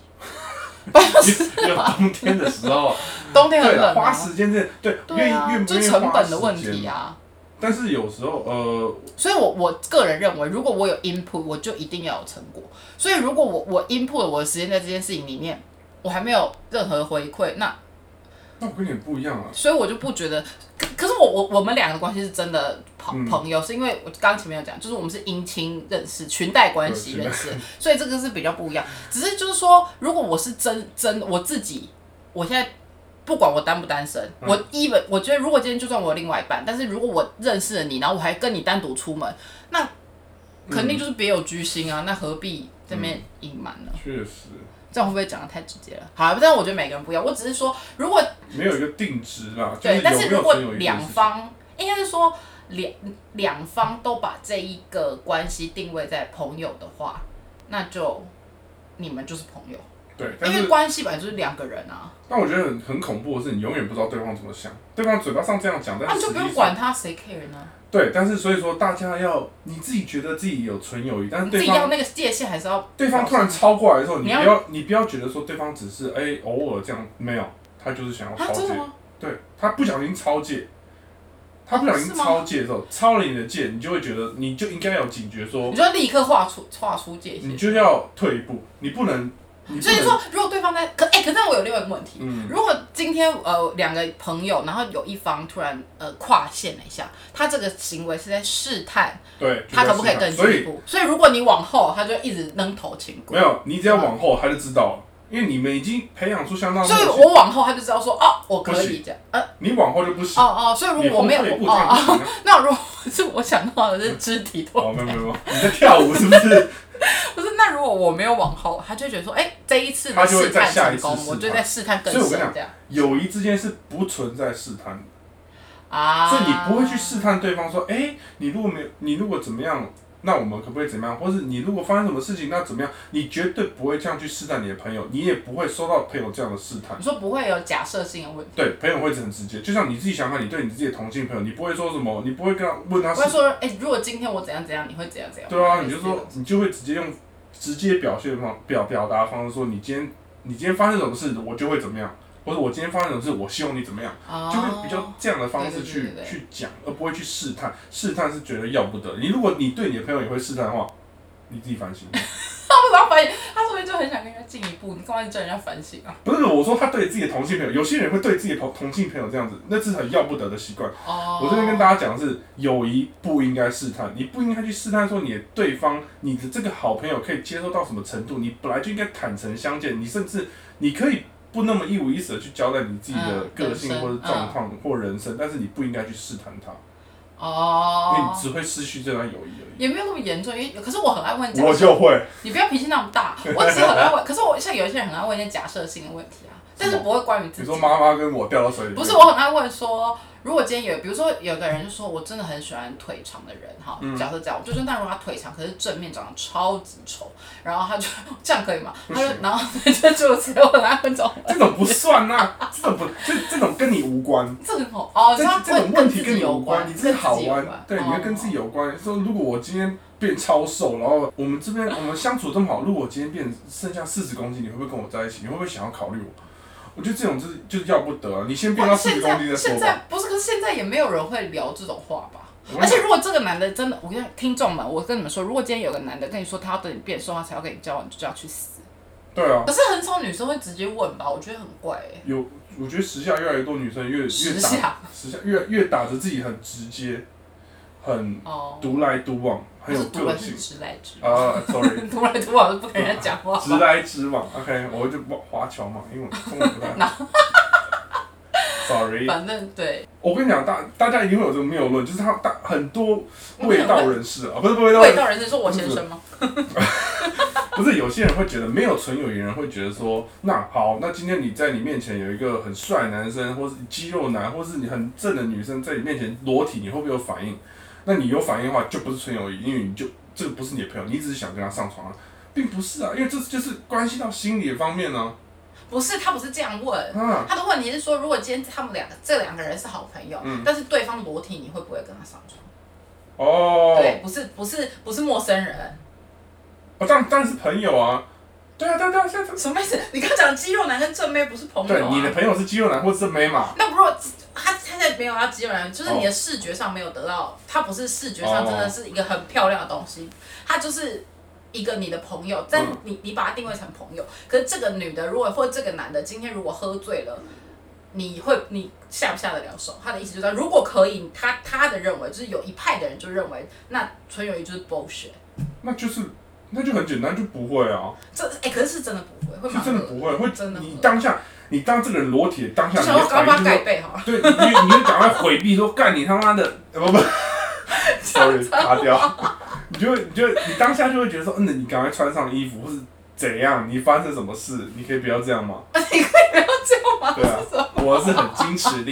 Speaker 2: 因为 冬天的 时候，
Speaker 1: 冬天很
Speaker 2: 对啊，
Speaker 1: 冷、
Speaker 2: 花
Speaker 1: 啊，
Speaker 2: 时间这对，
Speaker 1: 对
Speaker 2: 愿意
Speaker 1: 啊
Speaker 2: 愿，不
Speaker 1: 就
Speaker 2: 愿意
Speaker 1: 成
Speaker 2: 花
Speaker 1: 本的问
Speaker 2: 时间
Speaker 1: 题。啊。
Speaker 2: 但是有时候呃，
Speaker 1: 所以我，我个人认为，如果我有 input，我就一定要有成果。所以，如果我我 input 了我的时间在这件事情里面，我还没有任何回馈，那
Speaker 2: 那我跟你不一样啊，
Speaker 1: 所以我就不觉得。可可是我我我们两个的关系是真的朋
Speaker 2: 嗯
Speaker 1: 朋友，是因为我刚前面有讲，就是我们是姻亲认识、裙带关系
Speaker 2: 对
Speaker 1: 认识，所以这个是比较不一样。只是就是说，如果我是真真我自己，我现在不管我单不单身，
Speaker 2: 嗯
Speaker 1: 我 even 我觉得如果今天就算我有另外一半，但是如果我认识了你，然后我还跟你单独出门，那
Speaker 2: 嗯
Speaker 1: 肯定就是别有居心啊，那何必这边隐瞒呢？
Speaker 2: 确实
Speaker 1: 这样会不会讲的太直接了？好啊，但是我觉得每个人不一样，我只是说如果
Speaker 2: 没有一个定值吧。就
Speaker 1: 对，但
Speaker 2: 有
Speaker 1: 是
Speaker 2: 没
Speaker 1: 如
Speaker 2: 有
Speaker 1: 果
Speaker 2: 真有一件
Speaker 1: 两
Speaker 2: 事情
Speaker 1: 方，应该是说两两方都把这一个关系定位在朋友的话，那就你们就是朋友，
Speaker 2: 对，但
Speaker 1: 因为
Speaker 2: 是
Speaker 1: 关系本来就是两个人啊，
Speaker 2: 但我觉得很很恐怖的是，你永远不知道对方怎么想，对方嘴巴上这样讲，但
Speaker 1: 那、
Speaker 2: 是
Speaker 1: 你啊就不
Speaker 2: 实际
Speaker 1: 用
Speaker 2: 上
Speaker 1: 管他谁 care 呢，
Speaker 2: 对，但是所以说大家要你自己觉得自己有纯友谊，但是
Speaker 1: 你自
Speaker 2: 对
Speaker 1: 己要
Speaker 2: 方
Speaker 1: 那个界限还是要
Speaker 2: 对方突然超过来的时候，你
Speaker 1: 你
Speaker 2: 不
Speaker 1: 要
Speaker 2: 要你不要觉得说对方只是哎、偶尔这样，没有，他就是想要
Speaker 1: 啊，
Speaker 2: 超
Speaker 1: 真
Speaker 2: 界
Speaker 1: 的，吗？
Speaker 2: 对他不小心超界，他不小心
Speaker 1: 哦是吗
Speaker 2: 超界的时候，超了你的界，你就会觉得你就应该有警觉说
Speaker 1: 你，就立刻画出画出界限。
Speaker 2: 你就要退一步，你不能，你不
Speaker 1: 所以
Speaker 2: 能，
Speaker 1: 说，如果对方在可哎、可是我有另外一个问题，
Speaker 2: 嗯，
Speaker 1: 如果今天呃两个朋友，然后有一方突然呃跨线了一下，他这个行为是在试探
Speaker 2: 对，
Speaker 1: 他可不可以更
Speaker 2: 所
Speaker 1: 进一
Speaker 2: 以
Speaker 1: 步？所以如果你往后，他就一直扔头轻
Speaker 2: 没
Speaker 1: 滚。
Speaker 2: 有，你只要往后他就知道了，因为你们已经培养出相当的
Speaker 1: 所以
Speaker 2: 默契，
Speaker 1: 我往后他就知道说，哦，我可
Speaker 2: 不
Speaker 1: 以
Speaker 2: 行
Speaker 1: 这样，呃，
Speaker 2: 你往后就不行，
Speaker 1: 哦哦，所以如
Speaker 2: 你
Speaker 1: 果我
Speaker 2: 后
Speaker 1: 没有
Speaker 2: 退一步
Speaker 1: 哦
Speaker 2: 这样不
Speaker 1: 哦，
Speaker 2: 行啊。
Speaker 1: 那如果是我想到的是肢体
Speaker 2: 哦，
Speaker 1: 动
Speaker 2: 没有
Speaker 1: 作，
Speaker 2: 没有没有，你在跳舞是不是？
Speaker 1: 不是？那如果我没有往后，他就会觉得说，哎，这一次
Speaker 2: 他
Speaker 1: 的
Speaker 2: 就会
Speaker 1: 试探
Speaker 2: 再下
Speaker 1: 成
Speaker 2: 一次试
Speaker 1: 功，
Speaker 2: 探
Speaker 1: 我就在试探更
Speaker 2: 所以我
Speaker 1: 深
Speaker 2: 跟你讲
Speaker 1: 这样
Speaker 2: 友谊之间是不存在试探的，
Speaker 1: 啊。
Speaker 2: 所以你不会去试探对方说，哎、你如果没有，你如果怎么样，那我们可不可以怎么样？或是你如果发生什么事情，那怎么样？你绝对不会这样去试探你的朋友，你也不会收到朋友这样的试探
Speaker 1: 你。说不会有假设性的问题，
Speaker 2: 对，朋友会很直接，就像你自己想想看，你对你自己的同性朋友，你不会说什么，你不会跟他问他
Speaker 1: 不会
Speaker 2: 啊是，
Speaker 1: 说，哎，如果今天我怎样怎样，你会怎样怎样？
Speaker 2: 对啊，你就说，你就会直接用直接表现方表表达方式说，你今天你今天发生什么事，我就会怎么样，或者我今天发生什么事，我希望你怎么样。
Speaker 1: 哦
Speaker 2: 就会比较这样的方式
Speaker 1: 对
Speaker 2: 去
Speaker 1: 对对对对
Speaker 2: 去讲，而不会去试探。试探是觉得要不得。你如果你对你的朋友也会试探的话，你自己反省。
Speaker 1: 然后反正他说不定就很想跟人家进一步，你干嘛叫人家反省啊？
Speaker 2: 不是我说，他对自己的同性朋友，有些人会对自己的同同性朋友这样子，那是很要不得的习惯。
Speaker 1: 哦，
Speaker 2: 我这边跟大家讲的是，友谊不应该试探，你不应该去试探说你的对方，你的这个好朋友可以接受到什么程度。你本来就应该坦诚相见，你甚至你可以不那么一五一十的去交代你自己的
Speaker 1: 嗯
Speaker 2: 个性
Speaker 1: 人生嗯
Speaker 2: 或者状况或人生，但是你不应该去试探他。因为
Speaker 1: 哦
Speaker 2: 你，只会失去这段友谊而已。
Speaker 1: 也没有那么严重，因为可是我很爱问假
Speaker 2: 我
Speaker 1: 设，
Speaker 2: 就会，
Speaker 1: 你不要脾气那么大，我只是很 爱问，可是我像有一些人很爱问一些假设性的问题啊，但是不会关于
Speaker 2: 比
Speaker 1: 自
Speaker 2: 如
Speaker 1: 己
Speaker 2: 说。妈妈跟我掉到水里，
Speaker 1: 不是，我很爱问说，如果今天有，比如说有个人就说我真的很喜欢腿长的人哈，
Speaker 2: 嗯
Speaker 1: 假设这样，我就说那如果他腿长，可是正面长得超级丑，然后他就这样可以吗？他
Speaker 2: 不行
Speaker 1: 就然后他就 就所以我很爱问这种，
Speaker 2: 这种不算啊，这种不，这这种跟你无关，
Speaker 1: 这个很好哦，
Speaker 2: 这
Speaker 1: 他
Speaker 2: 这种问题
Speaker 1: 自己
Speaker 2: 跟你
Speaker 1: 有
Speaker 2: 无关，你
Speaker 1: 跟
Speaker 2: 这是好
Speaker 1: 自己有
Speaker 2: 玩，对，你会跟自己
Speaker 1: 哦
Speaker 2: 有关。说如果我今天变超瘦，然后我们这边我们相处这么好，如果我今天变剩下四十公斤，你会不会跟我在一起？你会不会想要考虑我？我觉得这种就是就是要不得啊，你先变到
Speaker 1: 哇
Speaker 2: 四
Speaker 1: 现
Speaker 2: 十公斤
Speaker 1: 在
Speaker 2: 再说
Speaker 1: 现
Speaker 2: 吧。
Speaker 1: 在不是，可是现在也没有人会聊这种话吧？
Speaker 2: 我跟
Speaker 1: 而
Speaker 2: 你讲
Speaker 1: 且如果这个男的真的，我跟你听众们，我跟你们说，如果今天有个男的跟你说他要等你变瘦，他才要跟你交往，你就要去死。
Speaker 2: 对啊
Speaker 1: 可，是很少女生会直接问吧？我觉得很怪哎、
Speaker 2: 有我觉得时下越来越多女生越越
Speaker 1: 时
Speaker 2: 打
Speaker 1: 下
Speaker 2: 时下越越打着自己很直接，很
Speaker 1: 哦，
Speaker 2: 独来独往，
Speaker 1: 不
Speaker 2: 很有
Speaker 1: 是独来
Speaker 2: 个
Speaker 1: 是
Speaker 2: 性
Speaker 1: 直来直 往，
Speaker 2: 啊。Sorry，
Speaker 1: 独来独往是不跟人家讲话
Speaker 2: 直
Speaker 1: 吧。
Speaker 2: 来直往。OK，我就不华侨嘛，因为我中文不太好。Sorry，
Speaker 1: 反正对，
Speaker 2: 我跟你讲，大大家一定会有这个谬论，就是他大很多味道人士啊，不是不是
Speaker 1: 味
Speaker 2: 味道，
Speaker 1: 道人是说我先生吗？
Speaker 2: 不是有些人会觉得没有纯友谊人会觉得说，那好，那今天你在你面前有一个很帅的男生，或是肌肉男，或是你很正的女生在你面前裸体，你会不会有反应？那你有反应的话，就不是纯友谊，因为你就这个不是你的朋友，你只是想跟他上床了。并不是啊，因为这就是关系到心理方面呢、
Speaker 1: 不是，他不是这样问
Speaker 2: 啊。。啊，
Speaker 1: 他的问题是说，如果今天他们两个这两个人是好朋友，
Speaker 2: 嗯
Speaker 1: 但是对方裸体，你会不会跟他上床？
Speaker 2: 哦，
Speaker 1: 对，不是不是不是陌生人，
Speaker 2: 哦，当当然是朋友啊。对啊，对啊对啊，现在
Speaker 1: 什么意思？你刚讲肌肉男跟正妹不是朋友
Speaker 2: 对你
Speaker 1: 啊
Speaker 2: 的？朋友是肌肉男或正妹嘛？
Speaker 1: 那如果他他现在没有要肌肉男，就是你的视觉上没有得到，他不是视觉上真的是一个很漂亮的东西，他就是一个你的朋友，但
Speaker 2: 嗯
Speaker 1: 你你把他定位成朋友，可是这个女的如果或这个男的今天如果喝醉了。你会你下不下得了手？他的意思就是说，如果可以，他他的认为就是有一派的人就认为，那纯友谊就是 bullshit。
Speaker 2: 那就是那就很简单，就不会啊，
Speaker 1: 这哎、可是是真的不会，会
Speaker 2: 就
Speaker 1: 蛮
Speaker 2: 真的不会，会
Speaker 1: 真的不会
Speaker 2: 你当下你当这个人裸体的当下，
Speaker 1: 就想
Speaker 2: 你
Speaker 1: 要
Speaker 2: 的
Speaker 1: 赶快
Speaker 2: 反
Speaker 1: 把它
Speaker 2: 应就是
Speaker 1: 改背好了。
Speaker 2: 对，你就你就赶快回避说干你他妈的，呃不不，sorry，擦掉。你就会，你就会你当下就会觉得说，嗯，你赶快穿上衣服，或是怎样？你发生什么事？你可以不要这 样吗？
Speaker 1: 这样吗？
Speaker 2: 对啊
Speaker 1: 是什么？
Speaker 2: 我是很矜持的。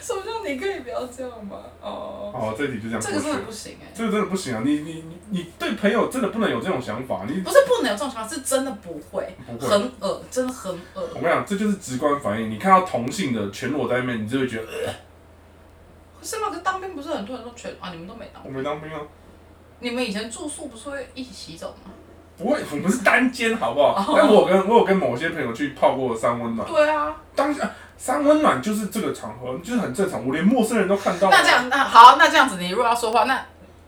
Speaker 1: 什么叫你可以不要这样吗？哦，
Speaker 2: 哦，这题就这样
Speaker 1: 这
Speaker 2: 过去
Speaker 1: 个真的
Speaker 2: 了。
Speaker 1: 不行哎、
Speaker 2: 这个真的不行啊！你你你你对朋友真的不能有这种想法，你
Speaker 1: 不是不能有这种想法，是真的不会，
Speaker 2: 不会。
Speaker 1: 很恶，真的很恶
Speaker 2: 我，跟你讲，这就是直观反应。你看到同性的全裸在那边，你就会觉得、呃
Speaker 1: 是吗？可是当兵不是很多人都全啊，你们都没当
Speaker 2: 我，没当兵啊，
Speaker 1: 你们以前住宿不是会一起洗澡吗？
Speaker 2: 不会，我们是单间，好不好
Speaker 1: 哦？
Speaker 2: 但我有跟我有跟某些朋友去泡过三温暖。
Speaker 1: 对啊，
Speaker 2: 当下三温暖就是这个场合，就是很正常，我连陌生人都看到。啊
Speaker 1: 那这样那好，那这样子你如果要说话，那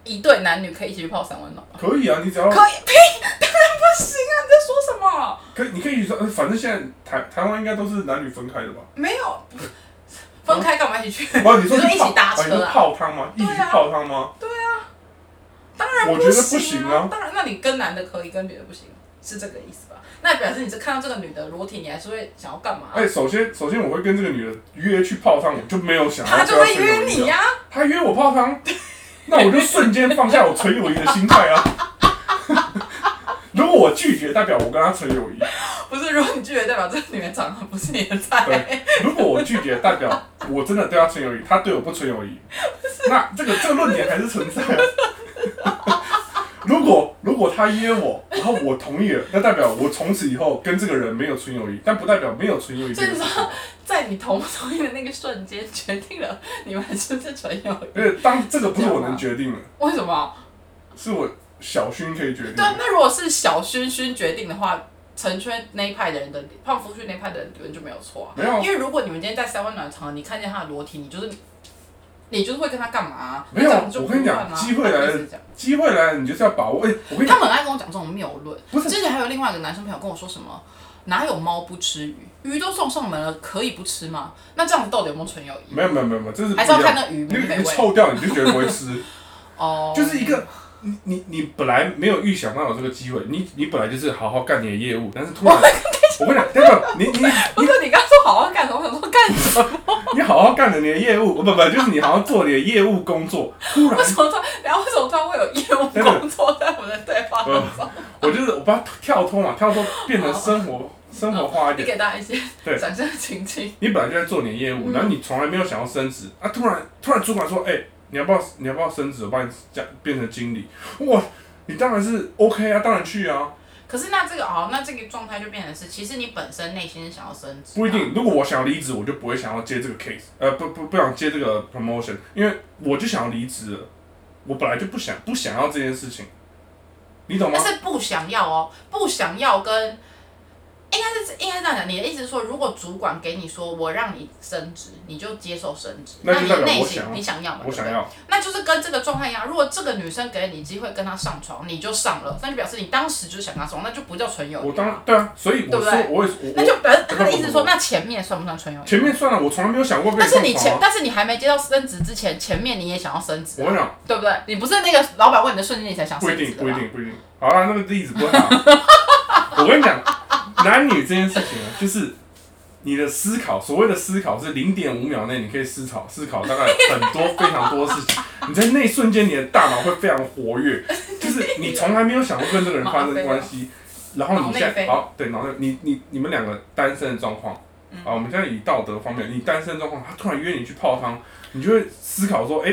Speaker 1: 一对男女可以一起去泡三温暖吗？
Speaker 2: 可以啊，你只要
Speaker 1: 可以，呸，当然不行啊！你在说什么？
Speaker 2: 可以你可以说，呃反正现在台台湾应该都是男女分开的 吧？
Speaker 1: 没有，分开干嘛一起去？
Speaker 2: 哦，你说
Speaker 1: 你说
Speaker 2: 去泡
Speaker 1: 一起搭
Speaker 2: 哦你说
Speaker 1: 车啊
Speaker 2: 泡汤吗？一
Speaker 1: 对
Speaker 2: 起
Speaker 1: 啊
Speaker 2: 去泡汤吗？
Speaker 1: 当然
Speaker 2: 我觉得不
Speaker 1: 行
Speaker 2: 行啊
Speaker 1: 当然，那你跟男的可以，跟女的不行，是这个意思吧？那表示你是看到这个女的裸体，你还是会想要干嘛？
Speaker 2: 哎，首先首先我会跟这个女的约去泡汤，我就没有想要
Speaker 1: 他就
Speaker 2: 跟她
Speaker 1: 会
Speaker 2: 纯
Speaker 1: 约
Speaker 2: 友谊
Speaker 1: 你
Speaker 2: 啊，
Speaker 1: 呀、
Speaker 2: 她约我泡 汤，那我就瞬间放下我纯友谊的心态啊。 如果我拒绝，代表我跟她纯友谊；
Speaker 1: 不是，如果你拒绝，代表这个女人长得不是你的菜
Speaker 2: 对。如果我拒绝，代表我真的对她纯友谊，她对我不纯友谊。那这个这个论点还是存在、啊。啊 如果如果他约我，然后我同意了，那代表我从此以后跟这个人没有纯友谊，但不代表没有纯友谊这
Speaker 1: 所以
Speaker 2: 个
Speaker 1: 你
Speaker 2: 事。
Speaker 1: 说，在你同不同意的那个瞬间，决定了你们是不是纯友谊。
Speaker 2: 因为当这个不是我能决定的，
Speaker 1: 为什么？啊
Speaker 2: 是我小勋可以决定
Speaker 1: 对啊，
Speaker 2: 的。
Speaker 1: 那如果是小勋勋决定的话，陈圈那一派的人的胖夫婿那一派的人理论就没有错啊。
Speaker 2: 没有
Speaker 1: 因为如果你们今天在三温暖场合，你看见他的裸体，你就是你就是会跟他干嘛啊、
Speaker 2: 没有
Speaker 1: 这样就
Speaker 2: 我跟你讲
Speaker 1: 不算啊
Speaker 2: 机会来了
Speaker 1: 我一直讲
Speaker 2: 机会来了，你就是要把握。哎、我跟你
Speaker 1: 他
Speaker 2: 讲，
Speaker 1: 们很爱跟我讲这种谬论。
Speaker 2: 不是
Speaker 1: 之前还有另外一个男生朋友跟我说什么，哪有猫不吃鱼？鱼都送上门了，可以不吃吗？那这样子到底有没有纯友谊？
Speaker 2: 没有没有没有没有，这是不
Speaker 1: 还
Speaker 2: 一
Speaker 1: 是要看
Speaker 2: 样。
Speaker 1: 那鱼
Speaker 2: 那
Speaker 1: 美不
Speaker 2: 个
Speaker 1: 美味
Speaker 2: 鱼臭掉，你就觉得不会吃。
Speaker 1: 哦，
Speaker 2: 就是一个你你你本来没有预想到有这个机会，你你本来就是好好干你的业务，但是突然，我跟你讲，真的，你你
Speaker 1: 不是你刚说好好干什么？我想说干什么？
Speaker 2: 你好好干着你的业务，不不不，就是你好好做你的业务工作，突然
Speaker 1: 为，什么突然？然后为什么突然会有业务工作在我们的对话中？
Speaker 2: 我就是我把它跳脱嘛，跳脱变成生
Speaker 1: 哦
Speaker 2: 活生活化一
Speaker 1: 你
Speaker 2: 点。
Speaker 1: 给大家一些
Speaker 2: 对
Speaker 1: 想象情境。
Speaker 2: 你本来就在做你的业务，
Speaker 1: 嗯
Speaker 2: 然后你从来没有想要升职啊，突然突然主管说，哎、你要不要你要不要升职，我把你加变成经理，哇，你当然是 OK 啊，当然去啊，
Speaker 1: 可是那这个哦，那这个状态就变成是，其实你本身内心是想要升职，啊
Speaker 2: 不一。定。如果我想要离职，我就不会想要接这个 case，呃，不不不想接这个 promotion，因为我就想要离职了，我本来就不想不想要这件事情，你懂吗
Speaker 1: 但？是不想要哦，不想要跟，应该是应该是这样讲。你的意思是说，如果主管给你说我让你升职，你就接受升职，
Speaker 2: 那
Speaker 1: 那
Speaker 2: 就
Speaker 1: 你
Speaker 2: 代表
Speaker 1: 内
Speaker 2: 我
Speaker 1: 心
Speaker 2: 想要
Speaker 1: 你想要吗？
Speaker 2: 我想
Speaker 1: 对不对，
Speaker 2: 要，
Speaker 1: 那就是跟这个状态一样。如果这个女生给你机会跟她上床，你就上了，那就表示你当时就是想跟她上，那就不叫纯友谊。
Speaker 2: 我当对啊，所以
Speaker 1: 对
Speaker 2: 我
Speaker 1: 不
Speaker 2: 说
Speaker 1: 对
Speaker 2: 我也我
Speaker 1: 那就表示
Speaker 2: 不不
Speaker 1: 他的意思是说，
Speaker 2: 不
Speaker 1: 那前面算不算纯友
Speaker 2: 我
Speaker 1: 谊？
Speaker 2: 前面算了，我从来没有想过被
Speaker 1: 但是你
Speaker 2: 上
Speaker 1: 前
Speaker 2: 床，啊。
Speaker 1: 但是你还没接到升职之前，前面你也想要升职啊、
Speaker 2: 我跟你讲，
Speaker 1: 对不对？你不是那个老板问你的瞬间，你才想
Speaker 2: 不
Speaker 1: 升
Speaker 2: 一
Speaker 1: 职
Speaker 2: 定，
Speaker 1: 的啊吧？
Speaker 2: 不一定，不一定。好啦，那个例子不好。我跟你讲，男女这件事情啊，就是你的思考，所谓的思考是零点五秒内你可以思考思考大概很多非常多事情。你在那一瞬间，你的大脑会非常活跃，就是你从来没有想过跟这个人发生关系，然后
Speaker 1: 脑
Speaker 2: 你现
Speaker 1: 内
Speaker 2: 在
Speaker 1: 啡
Speaker 2: 好对脑内你你你们两个单身的状况。啊，我们现在以道德方面，你单身的状况，他突然约你去泡汤，你就会思考说，哎、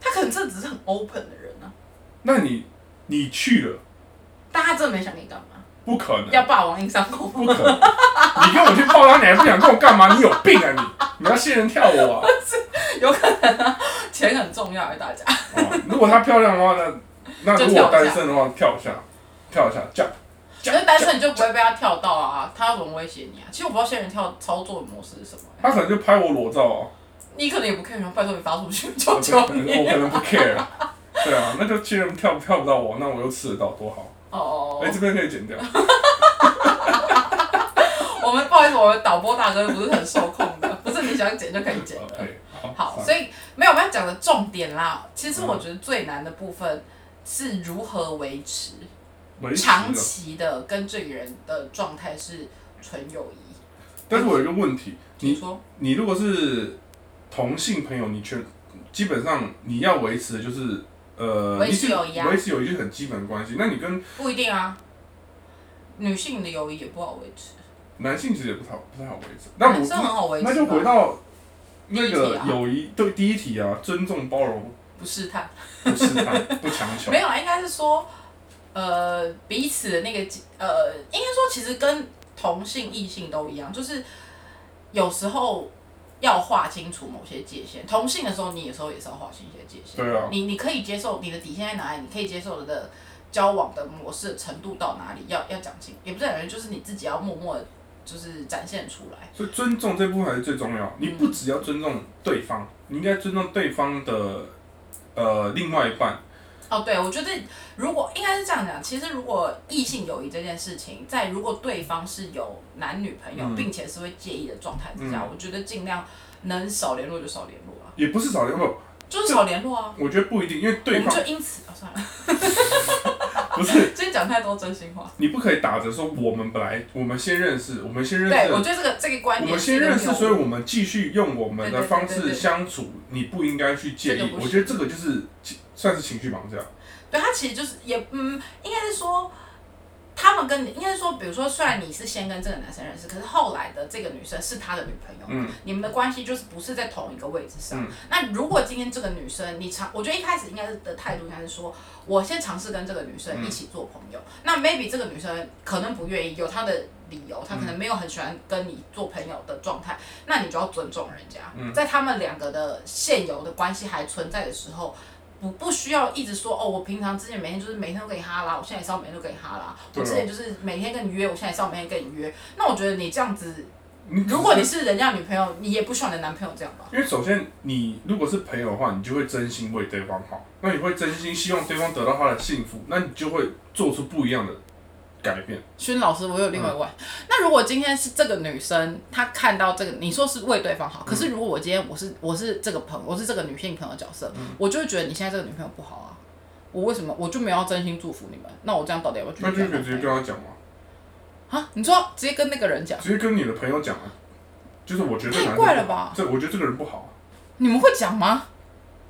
Speaker 1: 他可能这只是很 open 的人啊。
Speaker 2: 那你你去了，
Speaker 1: 但他真的没想跟你干嘛，
Speaker 2: 不可能，
Speaker 1: 要霸王硬上弓
Speaker 2: 不可能！ 你跟我去抱他，你还不想跟我干嘛？你有病啊你！你要仙人跳我啊！
Speaker 1: 有可能啊，钱很重要哎，大家。
Speaker 2: 哦如果她漂亮的话，那那
Speaker 1: 就
Speaker 2: 如果
Speaker 1: 跳一下
Speaker 2: 我单身的话，跳一下，跳一下，这样。
Speaker 1: 可是单身你就不会被他跳到啊，他要怎么威胁你啊？其实我不知道仙人跳操作的模式是什么、欸
Speaker 2: 他可能就拍我裸照哦，
Speaker 1: 你可能也不 care，拜托你发出去，
Speaker 2: 我
Speaker 1: 求
Speaker 2: 可
Speaker 1: 求
Speaker 2: 能
Speaker 1: 你。
Speaker 2: 我可能不 care。对啊，那就既然跳跳不到我，那我又吃得到，多好！
Speaker 1: 哦哦
Speaker 2: 哎，这边可以剪掉。
Speaker 1: 哦，我们不好意思，我们导播大哥不是很受控的，不是你想剪就可以剪的。
Speaker 2: OK，
Speaker 1: 哦好，嗯
Speaker 2: 算
Speaker 1: 所以没有我们要讲的重点啦。其实我觉得最难的部分是如何维持哦
Speaker 2: 没事
Speaker 1: 长
Speaker 2: 了
Speaker 1: 期的跟这个人的状态是纯友谊。
Speaker 2: 但是我有一个问题，
Speaker 1: 你
Speaker 2: 你
Speaker 1: 说
Speaker 2: 你如果是同性朋友，你全基本上你要维持的就是呃，
Speaker 1: 维持
Speaker 2: 一定
Speaker 1: 友谊啊
Speaker 2: 维持友谊就是很基本的关系。那你跟
Speaker 1: 不一定啊，女性的友谊也不好维持，
Speaker 2: 男性其实也不太不太好维持。那
Speaker 1: 男生很
Speaker 2: 我
Speaker 1: 好维持吧。
Speaker 2: 那就回到那
Speaker 1: 第一题
Speaker 2: 个
Speaker 1: 啊
Speaker 2: 友谊对第一题啊，尊重、包容、
Speaker 1: 不试探。
Speaker 2: 不试 探、不强求
Speaker 1: 没。有，啊，应该是说，呃，彼此的那个呃，应该说其实跟同性异性都一样，就是有时候要划清楚某些界限。同性的时候，你有时候也是要划清一些界限。
Speaker 2: 对啊
Speaker 1: 你你可以接受你的底线在哪里，你可以接受的交往的模式程度到哪里，要要讲清，也不是讲清，就是你自己要默默地就是展现出来。
Speaker 2: 所以尊重这部分还是最重要。你
Speaker 1: 嗯
Speaker 2: 不只要尊重对方，你应该尊重对方的呃另外一半。
Speaker 1: 哦，对，我觉得如果应该是这样讲，其实如果异性友谊这件事情，在如果对方是有男女朋友，
Speaker 2: 嗯
Speaker 1: 并且是会介意的状态之下，
Speaker 2: 嗯
Speaker 1: 我觉得尽量能少联络就少联络啊，
Speaker 2: 也不是少联络，
Speaker 1: 就是少联络啊。
Speaker 2: 我觉得不一定，因为
Speaker 1: 我
Speaker 2: 对
Speaker 1: 们
Speaker 2: 方
Speaker 1: 就因此啊、算了，
Speaker 2: 不是
Speaker 1: 今天讲太多真心话。
Speaker 2: 你不可以打着说我们本来我们先认识，我们先认
Speaker 1: 对，我
Speaker 2: 识，
Speaker 1: 觉得这个这个观
Speaker 2: 我
Speaker 1: 点
Speaker 2: 们
Speaker 1: 是一
Speaker 2: 先
Speaker 1: 个谬误，
Speaker 2: 认识，所以我们继续用我们
Speaker 1: 对
Speaker 2: 的
Speaker 1: 对对
Speaker 2: 方
Speaker 1: 对
Speaker 2: 式
Speaker 1: 对
Speaker 2: 相处，你不应该去介
Speaker 1: 这
Speaker 2: 意
Speaker 1: 个。不
Speaker 2: 我
Speaker 1: 是
Speaker 2: 觉得这个就是情算是情绪绑架，
Speaker 1: 对他其实就是也嗯，应该是说。他们跟你应该是说，比如说，虽然你是先跟这个男生认识，可是后来的这个女生是他的女朋友，
Speaker 2: 嗯，
Speaker 1: 你们的关系就是不是在同一个位置上。
Speaker 2: 嗯
Speaker 1: 那如果今天这个女生，你尝，我觉得一开始应该是的态度应该是说，我先尝试跟这个女
Speaker 2: 嗯
Speaker 1: 生一起做朋友。那 maybe 这个女生可能不愿意，有她的理由，她可能没有很喜欢跟你做朋友的状态，那你就要尊重人家。
Speaker 2: 嗯
Speaker 1: 在他们两个的现有的关系还存在的时候。不不需要一直说哦，我平常之前每天就是每天都跟你哈拉，我现在也是要每天都跟你哈拉。
Speaker 2: 对
Speaker 1: 我
Speaker 2: 啊
Speaker 1: 之前就是每天跟你约，我现在也是要每天跟你约。那我觉得你这样子
Speaker 2: 你
Speaker 1: 如果你是人家女朋友，你也不希望你的男朋友这样吧？
Speaker 2: 因为首先你如果是朋友的话，你就会真心为对方好，那你会真心希望对方得到他的幸福，那你就会做出不一样的改变。
Speaker 3: 勋老师，我有另外一个
Speaker 1: 嗯
Speaker 3: 问、那如果今天是这个女生，她看到这个，你说是为对方好，可
Speaker 1: 嗯
Speaker 3: 是如果我今天我是我是这个朋友，我是这个女性朋友角色，
Speaker 1: 嗯
Speaker 3: 我就会觉得你现在这个女朋友不好啊，我为什么我就没有要真心祝福你们？那我这样到底要不要
Speaker 2: 那
Speaker 3: 继
Speaker 2: 就
Speaker 3: 续
Speaker 2: 可
Speaker 3: 跟
Speaker 2: 以
Speaker 3: 她
Speaker 2: 直
Speaker 3: 朋
Speaker 2: 接跟
Speaker 3: 友？
Speaker 2: 他讲嘛，
Speaker 3: 啊，你说直接跟那个人讲，
Speaker 2: 直接跟你的朋友讲啊，就是我觉得这个
Speaker 3: 太
Speaker 2: 男生
Speaker 3: 怪了
Speaker 2: 不好
Speaker 3: 吧
Speaker 2: 这我觉得这个人不好，
Speaker 3: 你们会讲吗？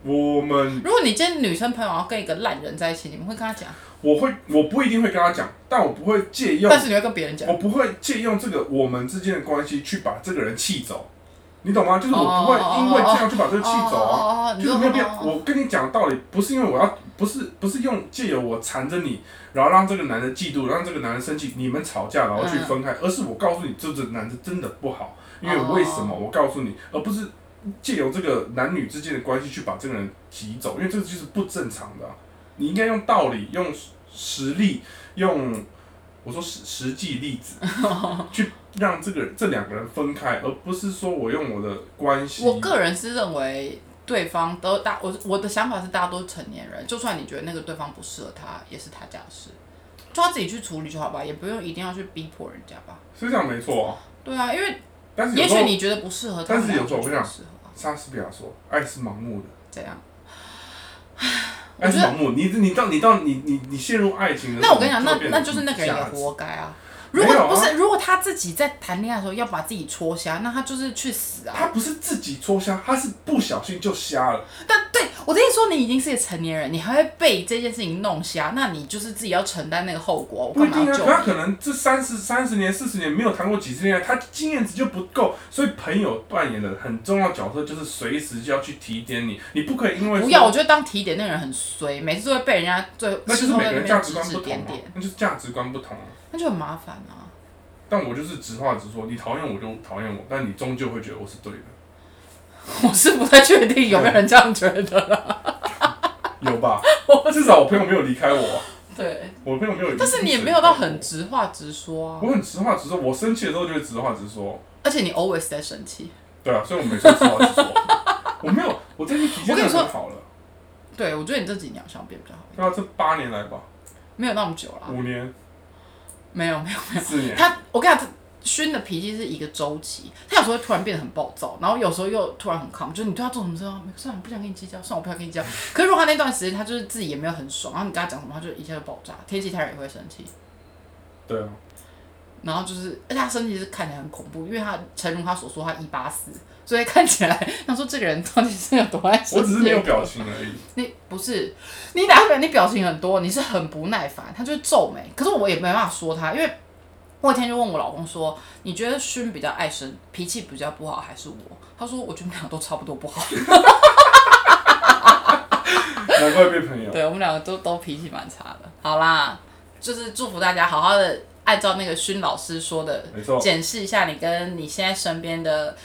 Speaker 2: 我们
Speaker 3: 如果你今天女生朋友要跟一个烂人在一起，你们会跟她讲，
Speaker 2: 我会，我不一定会跟他讲，但我不会借用
Speaker 3: 但，是你会跟别人讲
Speaker 2: 我。不会借用这个我们之间的关系去把这个人气走，你懂吗？就是我不会因为这样去把这个气走
Speaker 3: 哦
Speaker 2: 啊，
Speaker 3: 哦哦哦哦
Speaker 2: 就
Speaker 3: 你
Speaker 2: 是
Speaker 3: 说
Speaker 2: 没有必
Speaker 3: 哦
Speaker 2: 要。
Speaker 3: 哦哦
Speaker 2: 我跟你讲道理，不是因为我要，不是不是用借由我缠着你，然后让这个男的嫉妒，让这个男的生气，你们吵架然后
Speaker 3: 嗯
Speaker 2: 去分开，而是我告诉你这个男的真的不好，因为
Speaker 3: 哦
Speaker 2: 为什么？我告诉你，而不是借由这个男女之间的关系去把这个人挤走，因为这就是不正常的啊、你应该用道理、用实力、用我说实实际例 子去让这个这两个人分开，而不是说我用我的关系。
Speaker 3: 我个人是认为对方都大，我我的想法是大家都是成年人，就算你觉得那个对方不适合他，也是他家的事，就他自己去处理就好吧，也不用一定要去逼迫人家吧。
Speaker 2: 是这样没错、啊，
Speaker 3: 对啊，因为
Speaker 2: 但是有
Speaker 3: 也
Speaker 2: 时候
Speaker 3: 许你觉得不适合他，
Speaker 2: 但是有时
Speaker 3: 时
Speaker 2: 候
Speaker 3: 候
Speaker 2: 我跟你讲
Speaker 3: 适合啊，
Speaker 2: 莎士比亚说，爱是盲目的，
Speaker 3: 这样。我
Speaker 2: 爱
Speaker 3: 觉
Speaker 2: 是
Speaker 3: 得
Speaker 2: 盲目。你你到你到你你你陷入爱情的时
Speaker 3: 那
Speaker 2: 候，
Speaker 3: 我跟你讲，那
Speaker 2: 就变成
Speaker 3: 那就是那个人也
Speaker 2: 瞎子
Speaker 3: 活该啊。
Speaker 2: 没
Speaker 3: 如
Speaker 2: 有啊
Speaker 3: 果不是，如果他自己在谈恋爱的时候要把自己戳瞎，那他就是去死啊！
Speaker 2: 他不是自己戳瞎，他是不小心就瞎了。
Speaker 3: 但对
Speaker 1: 我跟你说，你已经是个成年人，你还会被这件事情弄瞎，那你就是自己要承担那个后果。我
Speaker 2: 不
Speaker 1: 干
Speaker 2: 一
Speaker 1: 嘛
Speaker 2: 定
Speaker 1: 要
Speaker 2: 啊，
Speaker 1: 救
Speaker 2: 可
Speaker 1: 你？
Speaker 2: 他可能这三十三十年、四十年没有谈过几次恋爱，他经验值就不够，所以朋友扮演的很重要角色就是随时就要去提点你，你不可以因为
Speaker 1: 不要，我觉
Speaker 2: 说
Speaker 1: 得当提点那个人很衰，每次都会被人家最
Speaker 2: 那就
Speaker 1: 事
Speaker 2: 是
Speaker 1: 后
Speaker 2: 每
Speaker 1: 在
Speaker 2: 个
Speaker 1: 那
Speaker 2: 人价
Speaker 1: 边
Speaker 2: 值
Speaker 1: 指
Speaker 2: 观
Speaker 1: 指
Speaker 2: 不同啊
Speaker 1: 点
Speaker 2: 嘛
Speaker 1: 点，，
Speaker 2: 那就是价值观不同啊。
Speaker 1: 那就很麻烦啊。
Speaker 2: 但我就是直话直说，你讨厌我就讨厌我，但你终究会觉得我是对的，
Speaker 1: 我是不太确定有没有人这样觉得啦。
Speaker 2: 有 吧？至少我朋友没有离开我啊，
Speaker 1: 对，
Speaker 2: 我朋友没有。
Speaker 1: 但是你也没有到很，直话直说啊
Speaker 2: 我，很直话直说，我生气的时候就会直话直说，
Speaker 1: 而且你 always 在生气。
Speaker 2: 对啊，所以我每次都直话直说，我没有，我最近脾气
Speaker 1: 我跟
Speaker 2: 真
Speaker 1: 你
Speaker 2: 的
Speaker 1: 说
Speaker 2: 很好了，
Speaker 1: 对，我觉得你这几年好像变比较好，
Speaker 2: 对啊，这八年来吧，
Speaker 1: 没有那么久啦。
Speaker 2: 五年、
Speaker 1: 没有没有，
Speaker 2: 四年。
Speaker 1: 他我跟你讲，勋的脾气是一个周期，他有时候会突然变得很暴躁，然后有时候又突然很 calm，就是你对他做什么事啊，没算了，我不想跟你计较，算了，我不想跟你计较。可是如果他那段时间他就是自己也没有很爽，然后你跟他讲什么，他就一下就爆炸，天气太热也会生气。
Speaker 2: 对啊，
Speaker 1: 然后就是，而且他身体是看起来很恐怖，因为他诚如他所说，他一八四，所以看起来， 他说这个人到底是有多爱生气。
Speaker 2: 我只是没有表情而已。
Speaker 1: 你不是你哪个人？你表情很多，你是很不耐烦，他就是皱眉。可是我也没办法说他，因为我有一天就问我老公说，你觉得勋比较爱生，脾气比较不好，还是我？他说我觉得你们俩都差不多不好。
Speaker 2: 难怪被朋友。
Speaker 1: 对我们两个都都脾气蛮差的。好啦，就是祝福大家好好的按照那个勋老师说的
Speaker 2: 没错，
Speaker 1: 检视一下你跟你现在身边的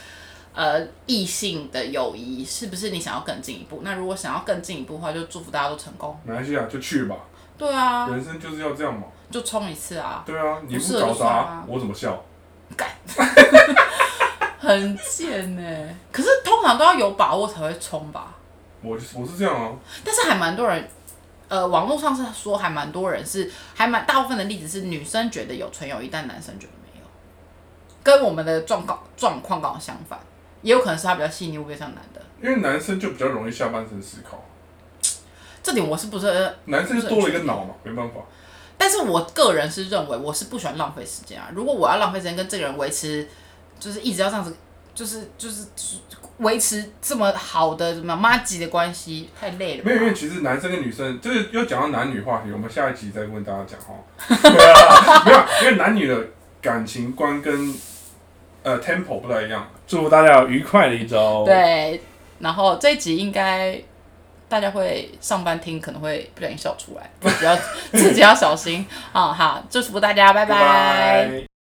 Speaker 1: 呃异性的友谊，是不是你想要更进一步？那如果想要更进一步的话，就祝福大家都成功。
Speaker 2: 马来西啊亚就去吧，
Speaker 1: 对啊，
Speaker 2: 人生就是要这样嘛。
Speaker 1: 就冲一次啊，
Speaker 2: 对啊，你
Speaker 1: 不是
Speaker 2: 不搞
Speaker 1: 就算
Speaker 2: 砸
Speaker 1: 啊，
Speaker 2: 我怎么笑？
Speaker 1: 很贱呢、可是通常都要有把握才会冲吧，
Speaker 2: 我就是我是这样啊，
Speaker 1: 但是还蛮多人。呃，网络上是说还蛮多人是，还蛮大部分的例子是女生觉得有纯友谊，但男生觉得没有，跟我们的状况状况刚好相反，也有可能是他比较细腻，会不会像男的？
Speaker 2: 因为男生就比较容易下半身思考，
Speaker 1: 这点我是不是很
Speaker 2: 男生就多了一个脑嘛，没办法。
Speaker 1: 但是我个人是认为，我是不喜欢浪费时间啊。如果我要浪费时间跟这个人维持，就是一直要这样子，就是就是就是维持这么好的什么妈吉的关系，太累了吧。
Speaker 2: 没有，因为其实男生跟女生就是又讲到男女话题，我们下一集再问大家讲哈。 没有，因为男女的感情观跟呃 tempo 不太一样。祝福大家有愉快的一
Speaker 1: 哦
Speaker 2: 周。，
Speaker 1: 对，然后这一集应该大家会上班听，可能会不小心笑出来，自己要自己要小心啊、好，祝福大家，拜
Speaker 2: 拜拜。